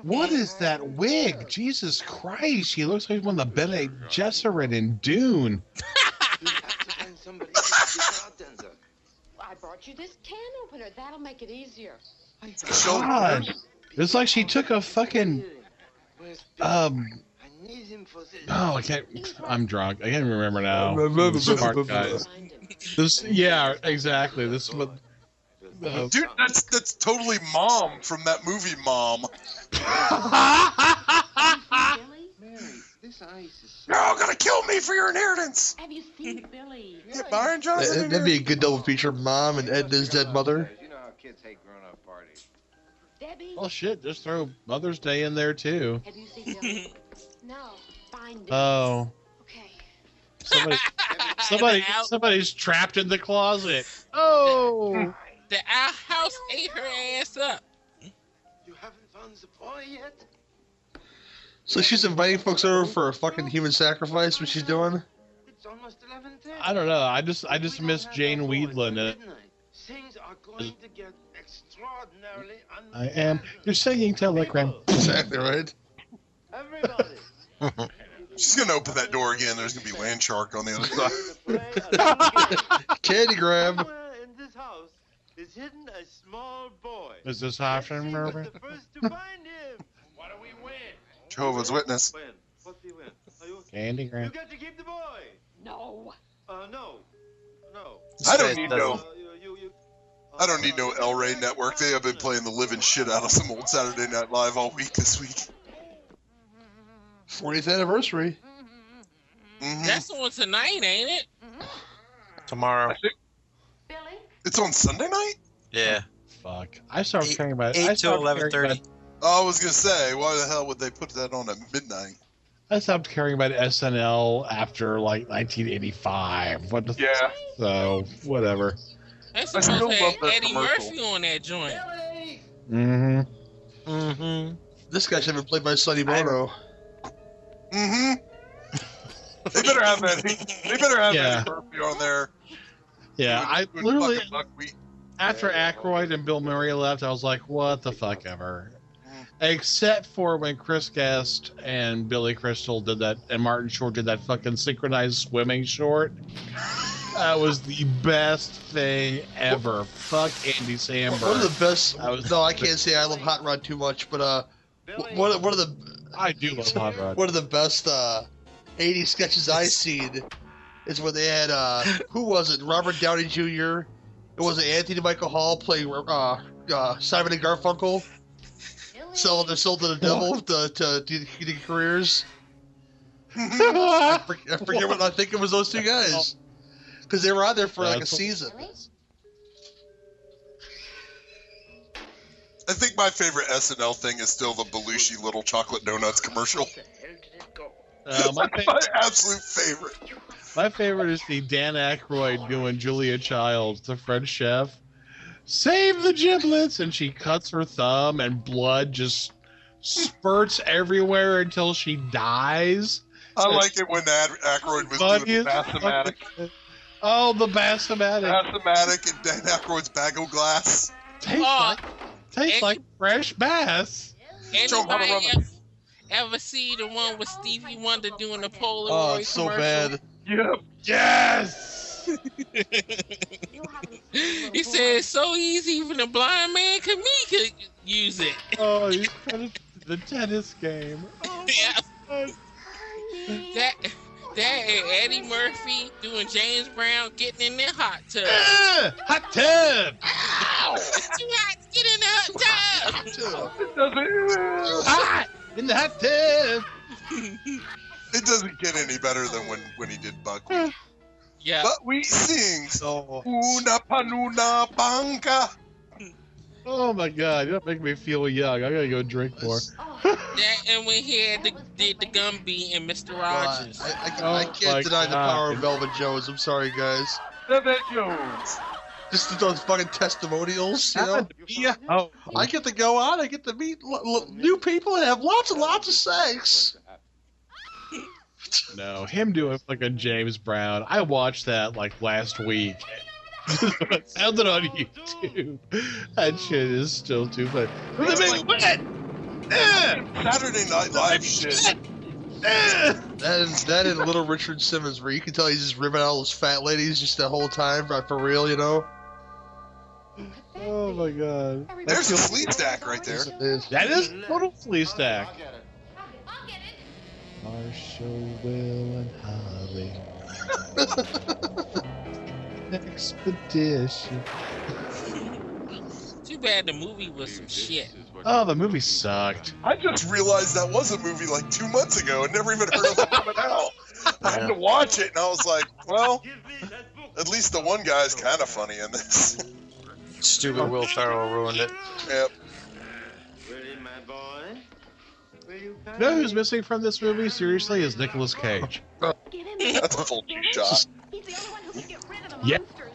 Speaker 2: What is that wig? Jesus Christ! She looks like one of the Bene Gesserit in Dune.
Speaker 10: You have to find somebody else to be bartender.
Speaker 7: I brought you this can opener. That'll make it easier.
Speaker 2: God, it's like she took a fucking
Speaker 10: Where's Bill?
Speaker 2: um.
Speaker 10: I need him for this.
Speaker 2: Oh, I can't. I'm drunk. I can't remember now. Smart guys.
Speaker 7: Find him.
Speaker 2: This, yeah, exactly. This is what. uh,
Speaker 5: Dude, that's that's totally mom from that movie Mom.
Speaker 7: Billy?
Speaker 10: Mary, this ice is.
Speaker 5: You're all gonna kill me for your inheritance.
Speaker 7: Have you seen Billy?
Speaker 5: Get Byron Johnson.
Speaker 1: That-
Speaker 5: in
Speaker 1: That'd
Speaker 5: here.
Speaker 1: be a good double feature, Mom and Edna's dead mother.
Speaker 10: You know how kids hate grown-up parties.
Speaker 7: Debbie?
Speaker 2: Oh shit! Just throw Mother's Day in there too.
Speaker 7: Have you seen Billy? no. Find him.
Speaker 2: Oh,
Speaker 7: okay.
Speaker 2: somebody, somebody,
Speaker 3: the, owl,
Speaker 2: somebody's trapped in the closet. Oh.
Speaker 3: the owl house ate her ass up.
Speaker 10: You haven't found the boy yet?
Speaker 1: So she's inviting folks over for a fucking human sacrifice, what she's doing?
Speaker 10: It's almost 11:30.
Speaker 2: I don't know. I just I
Speaker 10: If
Speaker 2: just
Speaker 10: we
Speaker 2: miss
Speaker 10: don't have
Speaker 2: Jane uh,
Speaker 10: our boy by
Speaker 2: Weedland.
Speaker 10: midnight, Things are going to get extraordinarily
Speaker 2: I am
Speaker 10: unpleasant.
Speaker 2: your singing telegram.
Speaker 10: People,
Speaker 1: Exactly right.
Speaker 10: Everybody.
Speaker 5: She's gonna open that door again. There's gonna be land shark on the other side.
Speaker 10: Play a long game.
Speaker 1: Candy grab.
Speaker 10: Somewhere in this house is hidden a small boy.
Speaker 2: Is this
Speaker 10: Let's
Speaker 2: option,
Speaker 10: see who's
Speaker 2: Murphy?
Speaker 10: the first to find him. What do we win?
Speaker 5: Jehovah's Witness.
Speaker 10: Win. What do we win? Are you,
Speaker 2: Candy
Speaker 10: you
Speaker 2: grab.
Speaker 10: get to keep the boy.
Speaker 7: No.
Speaker 10: Uh, no. No.
Speaker 5: I don't need
Speaker 10: Uh,
Speaker 5: no.
Speaker 10: you- you- you-
Speaker 5: I don't need no
Speaker 10: uh,
Speaker 5: El Rey Network. They have been playing the living shit out of some old Saturday Night Live all week this week.
Speaker 1: 40th anniversary.
Speaker 5: hmm
Speaker 3: That's on tonight, ain't it?
Speaker 4: Tomorrow.
Speaker 7: Billy?
Speaker 5: It's on Sunday night.
Speaker 4: Yeah.
Speaker 2: Fuck. I started
Speaker 4: Eight-
Speaker 2: caring about. I
Speaker 4: Eight till
Speaker 2: stopped
Speaker 4: eleven
Speaker 2: caring
Speaker 4: thirty.
Speaker 2: about-
Speaker 5: Oh, I was gonna say, why the hell would they put that on at midnight?
Speaker 2: I stopped caring about SNL after like 1985. What the? So whatever.
Speaker 3: That's
Speaker 5: I
Speaker 3: supposed
Speaker 5: still
Speaker 3: to
Speaker 5: love
Speaker 3: have
Speaker 5: that
Speaker 3: Eddie
Speaker 5: commercial.
Speaker 3: Murphy on that joint.
Speaker 10: Billy!
Speaker 2: hmm
Speaker 4: Mm-hmm.
Speaker 1: This guy should have been played by Sonny Bono.
Speaker 5: Mm-hmm. they better have that. They better have
Speaker 2: Yeah.
Speaker 5: Eddie Murphy on there.
Speaker 2: Yeah.
Speaker 5: Good-
Speaker 2: I
Speaker 5: good
Speaker 2: literally
Speaker 5: fucking buckwheat.
Speaker 2: after Aykroyd and Bill Murray left, I was like, what the fuck ever. Ah. Except for when Chris Guest and Billy Crystal did that, and Martin Short did that fucking synchronized swimming short. That was the best thing ever. Fuck
Speaker 1: One
Speaker 2: Andy
Speaker 1: of
Speaker 2: Samberg.
Speaker 1: the best.
Speaker 2: I was-
Speaker 1: No, I can't say I love Hot Rod too much, but uh,
Speaker 10: Billy!
Speaker 1: one of- one of the
Speaker 2: I do love Hot Rod.
Speaker 1: one of the best uh, '80s sketches I've seen is when they had uh, who was it? Robert Downey Jr. It was Anthony Michael Hall playing uh, uh, Simon and Garfunkel,
Speaker 7: Billy?
Speaker 1: selling their soul to the devil to to, to, to get careers. I
Speaker 2: I
Speaker 1: forget, I forget what I think it was those two guys because they were out there for like a
Speaker 2: That's-
Speaker 1: season.
Speaker 5: I think my favorite SNL thing is still the Belushi Little Chocolate Donuts commercial.
Speaker 10: Where the hell did it go?
Speaker 2: Uh, my, fa-
Speaker 5: my absolute favorite.
Speaker 2: my favorite is the Dan Aykroyd doing Julia Child, the French chef. Save the giblets, and she cuts her thumb, and blood just spurts everywhere until she dies.
Speaker 5: I like it when Ad- Aykroyd was
Speaker 2: Blood
Speaker 5: doing
Speaker 2: is-
Speaker 5: the Bassomatic,
Speaker 2: Oh, the bassomatic
Speaker 5: Bassomatic, and Dan Aykroyd's bagel glass.
Speaker 2: tastes
Speaker 3: Oh,
Speaker 2: like tastes
Speaker 3: and-
Speaker 2: like fresh bass.
Speaker 5: Show 'em how to
Speaker 3: Anybody
Speaker 5: rub it.
Speaker 3: ever, ever see the one with Stevie Wonder doing the Polaroid
Speaker 1: Oh, it's so
Speaker 3: commercial?
Speaker 1: bad.
Speaker 5: Yep.
Speaker 2: Yes.
Speaker 7: You haven't seen
Speaker 3: He said it's so easy, even a blind man could me could use it.
Speaker 2: Oh, he's trying to- the tennis game. Oh,
Speaker 3: Yeah,
Speaker 2: my God.
Speaker 3: that that and Eddie Murphy doing James Brown getting in that hot tub.
Speaker 2: Eh, hot tub.
Speaker 3: It's too hot to get in the hot tub.
Speaker 5: It doesn't,
Speaker 2: Hot in the hot tub.
Speaker 5: it doesn't get any better than when, when he did Buckwheat.
Speaker 3: Yeah.
Speaker 5: But we sing
Speaker 1: So
Speaker 5: Una Panuna Banca.
Speaker 2: Oh my god, you're making me feel young. I gotta go drink more.
Speaker 7: Oh,
Speaker 3: That and when he had the, did the Gumby and Mr. Rogers.
Speaker 1: I, I,
Speaker 2: Oh
Speaker 1: I can't
Speaker 2: my
Speaker 1: deny the
Speaker 2: God.
Speaker 1: power of Velvet Jones. I'm sorry, guys.
Speaker 10: Velvet Jones.
Speaker 1: Just those fucking testimonials, you know.
Speaker 2: Yeah. Oh,
Speaker 1: I get to go out. I get to meet l- l- new people and have lots and lots of sex.
Speaker 2: no, him doing fucking James Brown. I watched that like last week. it sounded on YouTube. That shit is still too funny.
Speaker 5: It's
Speaker 2: They
Speaker 5: like-
Speaker 2: make- what? Eh,
Speaker 5: Saturday Night Live shit.
Speaker 2: eh.
Speaker 1: That and, that and Little Richard Simmons, where you can tell he's just ripping out all those fat ladies just the whole time, right for real, you know.
Speaker 2: Oh my god.
Speaker 5: There's a sleep stack right there.
Speaker 1: It is.
Speaker 2: That is total flea stack.
Speaker 10: I'll get it.
Speaker 7: I'll get it.
Speaker 2: Marshall, Will, and Holly. Expedition.
Speaker 3: Too bad the movie was some
Speaker 6: This
Speaker 3: shit.
Speaker 6: is what
Speaker 2: Oh,
Speaker 6: you
Speaker 2: the movie
Speaker 6: do.
Speaker 2: sucked.
Speaker 5: I just realized that was a movie like two months ago and never even heard of it coming out. I had to watch it and I was like, well,
Speaker 10: Give me that book.
Speaker 5: at least the one guy is kind of funny in this.
Speaker 4: Stupid Will Ferrell ruined it.
Speaker 5: Yep.
Speaker 10: Really, my boy? Will you
Speaker 2: You know who's missing from this movie? Seriously, is Nicolas Cage.
Speaker 7: Get him.
Speaker 5: That's a full shot.
Speaker 7: He's the only one who can get rid of the
Speaker 2: Yeah.
Speaker 7: monsters.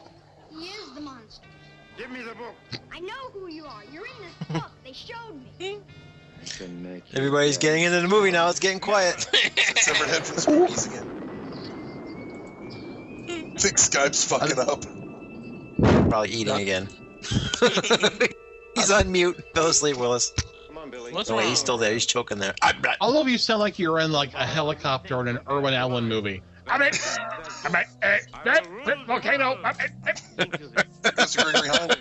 Speaker 7: He is the monster.
Speaker 10: Give me the book.
Speaker 7: I know who you are. You're in this book. They showed me.
Speaker 4: Everybody's getting into the movie now. It's getting quiet.
Speaker 5: Severed head from Spartacus again. Think Skype's fucking up.
Speaker 4: Probably eating again. He's on mute. Fell asleep, Willis.
Speaker 10: Come on, Billy.
Speaker 3: What's
Speaker 4: No, wait,
Speaker 3: wrong?
Speaker 4: he's still there. He's choking there.
Speaker 2: All of you sound like you're in like a helicopter in an Irwin Allen movie. I'm in. I'm in. eh, eh, eh, volcano. I'm in, eh.
Speaker 5: That's Gregory Hines.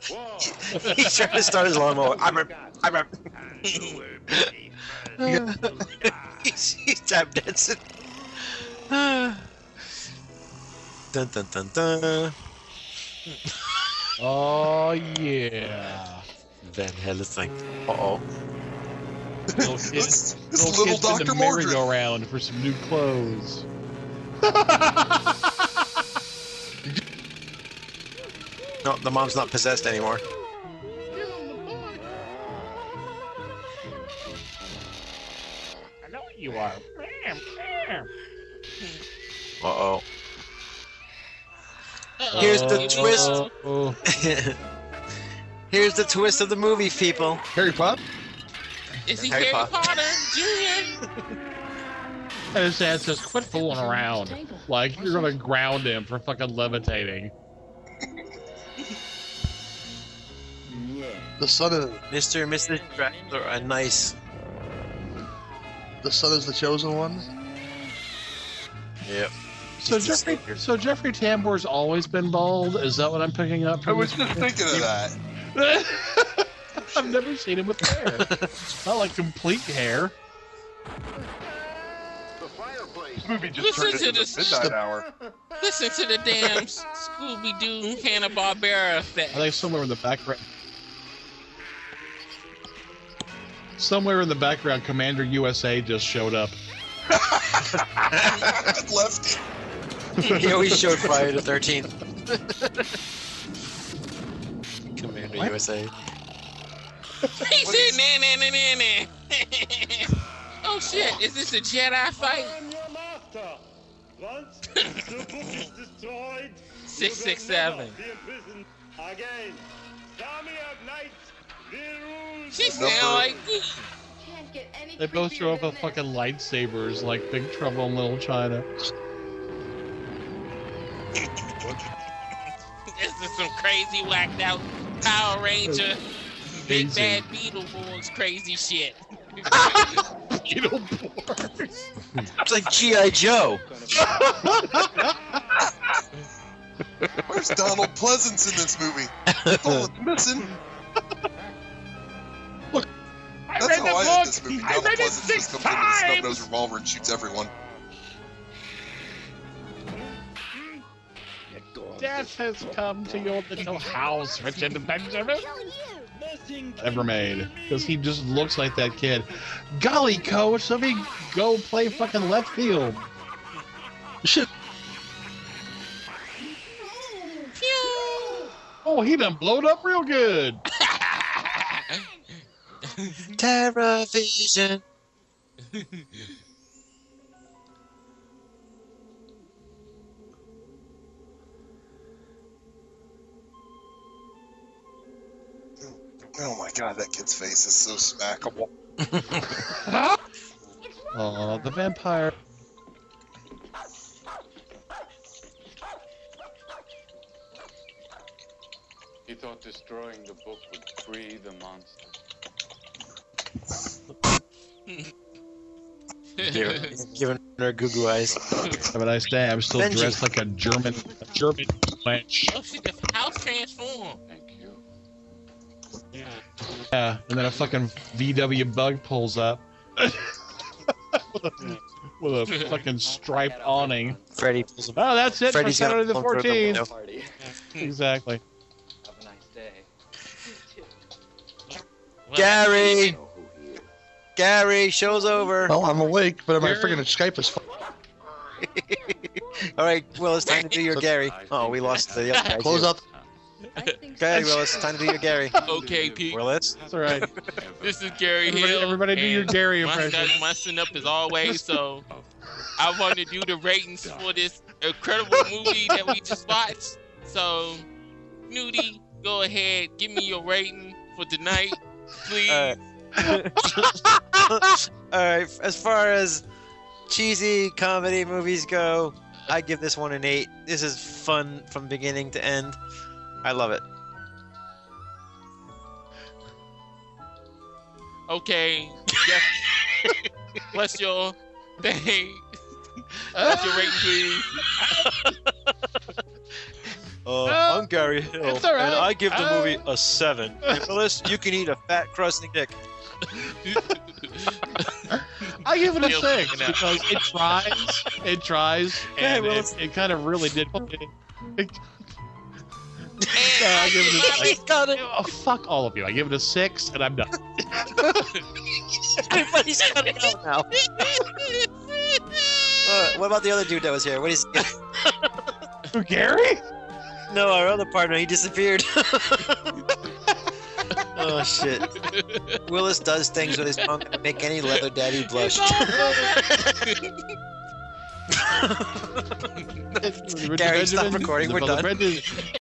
Speaker 4: He's trying to start his lawnmower. I'm a, I'm a. he's, he's tap dancing. dun dun dun dun.
Speaker 2: Oh yeah.
Speaker 4: Van Helsing. Uh oh.
Speaker 2: Little kid,
Speaker 5: This, this
Speaker 2: little
Speaker 5: little
Speaker 2: kid's in
Speaker 5: Dr.
Speaker 2: the
Speaker 5: Mordred.
Speaker 2: merry-go-round for some new clothes.
Speaker 4: No, the mom's not possessed anymore.
Speaker 2: I know what you are. Bam, bam.
Speaker 4: Uh oh.
Speaker 3: Uh-oh.
Speaker 4: Here's the
Speaker 2: Uh,
Speaker 3: It was-
Speaker 4: twist.
Speaker 2: Oh,
Speaker 4: Here's the twist of the movie, people.
Speaker 1: Harry Potter.
Speaker 3: Is he
Speaker 4: Harry
Speaker 3: Harry
Speaker 4: Potter.
Speaker 3: Potter, Junior?
Speaker 2: and his dad says, "Quit fooling around. Like you're gonna ground him for fucking levitating."
Speaker 1: The son of
Speaker 4: Mr. and Mrs. Dracula are nice.
Speaker 1: the son is the chosen one.
Speaker 4: Yep.
Speaker 2: So Jeffrey, so Jeffrey Tambor's always been bald. Is that what I'm picking up?
Speaker 5: I
Speaker 2: From
Speaker 5: was just thinking of that.
Speaker 2: this? I've never seen him with hair. Not like complete hair.
Speaker 10: The fireplace.
Speaker 5: Movie just
Speaker 3: Listen
Speaker 5: turned
Speaker 3: to
Speaker 5: into
Speaker 3: this-
Speaker 5: midnight hour.
Speaker 3: Listen to the damn Scooby Doo Hanna Barbera
Speaker 2: I
Speaker 3: thing.
Speaker 2: think somewhere in the background. Somewhere in the background, Commander USA just showed up.
Speaker 5: Lefty.
Speaker 4: he always showed Friday the 13th. Commander
Speaker 2: What?
Speaker 4: USA.
Speaker 3: He said, "Nah, nah, nah, nah, nah." Oh shit! Is this a Jedi fight?
Speaker 10: I am your master. Once the book is destroyed,
Speaker 3: Six,
Speaker 10: you
Speaker 3: six,
Speaker 10: will never
Speaker 3: seven.
Speaker 10: Be imprisoned again. Army of knights will rule.
Speaker 3: She
Speaker 10: the
Speaker 3: sound like
Speaker 7: Can't get any
Speaker 2: They both show up with fucking lightsabers, like Big Trouble in Little China.
Speaker 3: this is some crazy whacked out Power Ranger, Big
Speaker 2: Amazing.
Speaker 3: Bad Beetleborgs crazy shit.
Speaker 2: Beetleborgs.
Speaker 4: It's like G.I. Joe.
Speaker 5: Where's Donald Pleasance in this movie? That's all it's missing.
Speaker 2: I
Speaker 5: That's
Speaker 2: read
Speaker 5: how I end
Speaker 2: the
Speaker 5: this
Speaker 2: book.
Speaker 5: movie.
Speaker 2: I
Speaker 5: Donald
Speaker 2: read it
Speaker 5: Pleasance
Speaker 2: six
Speaker 5: just comes in with a
Speaker 2: times.
Speaker 5: snub-nosed revolver and shoots everyone.
Speaker 2: Death has come to your little house, Richard Benjamin. Ever made, because he just looks like that kid. Golly, coach, let me go play fucking left field.
Speaker 1: Shit.
Speaker 2: Oh, he done blowed up real good.
Speaker 4: Terravision.
Speaker 5: Oh my god, that kid's face is so smackable.
Speaker 2: Oh, the vampire.
Speaker 6: He thought destroying the book would free the monster.
Speaker 4: Giving giving her goo goo eyes.
Speaker 2: Have a nice day. I'm still
Speaker 4: Benji.
Speaker 2: dressed like a German, a German wench.
Speaker 3: oh shit, the house transformed.
Speaker 6: Thank you.
Speaker 2: Yeah, and then a fucking VW bug pulls up with, a, with a fucking striped awning.
Speaker 4: Freddy pulls him.
Speaker 2: Oh, that's it
Speaker 4: Freddy's
Speaker 2: for Saturday the
Speaker 4: gonna come through the
Speaker 2: 14th.
Speaker 4: window.
Speaker 10: Party.
Speaker 2: exactly.
Speaker 10: Have a nice day.
Speaker 3: Well,
Speaker 4: Gary! Gary, show's over.
Speaker 1: Well, I'm awake, but my
Speaker 2: Gary.
Speaker 1: freaking Skype is. Fu-
Speaker 4: All right, Will, it's time to do your Gary.
Speaker 6: I
Speaker 4: Oh,
Speaker 6: think
Speaker 4: we
Speaker 6: I
Speaker 4: lost
Speaker 6: have
Speaker 4: the other guy.
Speaker 1: Close
Speaker 4: too.
Speaker 1: up.
Speaker 4: Okay, Will, it's time to do your Gary.
Speaker 3: Okay, Pete.
Speaker 4: Willis?
Speaker 2: That's all right.
Speaker 3: This is Gary
Speaker 2: Everybody-
Speaker 3: Hill.
Speaker 2: everybody do
Speaker 3: and
Speaker 2: your Gary
Speaker 3: my
Speaker 2: impression.
Speaker 3: son- My sin up is always so. I want to do the ratings for this incredible movie that we just watched. So, Nudie, go ahead, give me your rating for tonight, please.
Speaker 4: All right. All right, as far as cheesy comedy movies go, I give this one an 8. This is fun from beginning to end. I love it.
Speaker 3: Okay. Jeff- What's your thing? What's your rating, please?
Speaker 4: Uh,
Speaker 2: Uh,
Speaker 4: I'm Gary Hill,
Speaker 2: it's all right.
Speaker 4: and I give the
Speaker 2: Uh,
Speaker 4: movie a seven. Nicholas, you can eat a fat crusty dick.
Speaker 2: I give it a
Speaker 3: Feel
Speaker 2: six
Speaker 3: taken out.
Speaker 2: because it tries, it tries,
Speaker 4: Yeah,
Speaker 2: and
Speaker 4: well,
Speaker 2: it, it kind of really did. it-
Speaker 3: And
Speaker 2: No, I
Speaker 3: I
Speaker 2: give it a
Speaker 3: give
Speaker 2: six.
Speaker 3: it
Speaker 4: got it.
Speaker 2: oh, fuck all of you! I give it a six, and I'm done.
Speaker 4: Everybody's cutting out now. Uh, what about the other dude that was here? What is?
Speaker 2: Who, Gary?
Speaker 4: No, our other partner. He disappeared. oh shit. Willis does things with his tongue that make any leather daddy blush.
Speaker 3: uh,
Speaker 4: Gary, stop
Speaker 2: Benjamin,
Speaker 4: recording.
Speaker 2: the
Speaker 4: We're
Speaker 2: brother
Speaker 4: done.
Speaker 2: Brendan,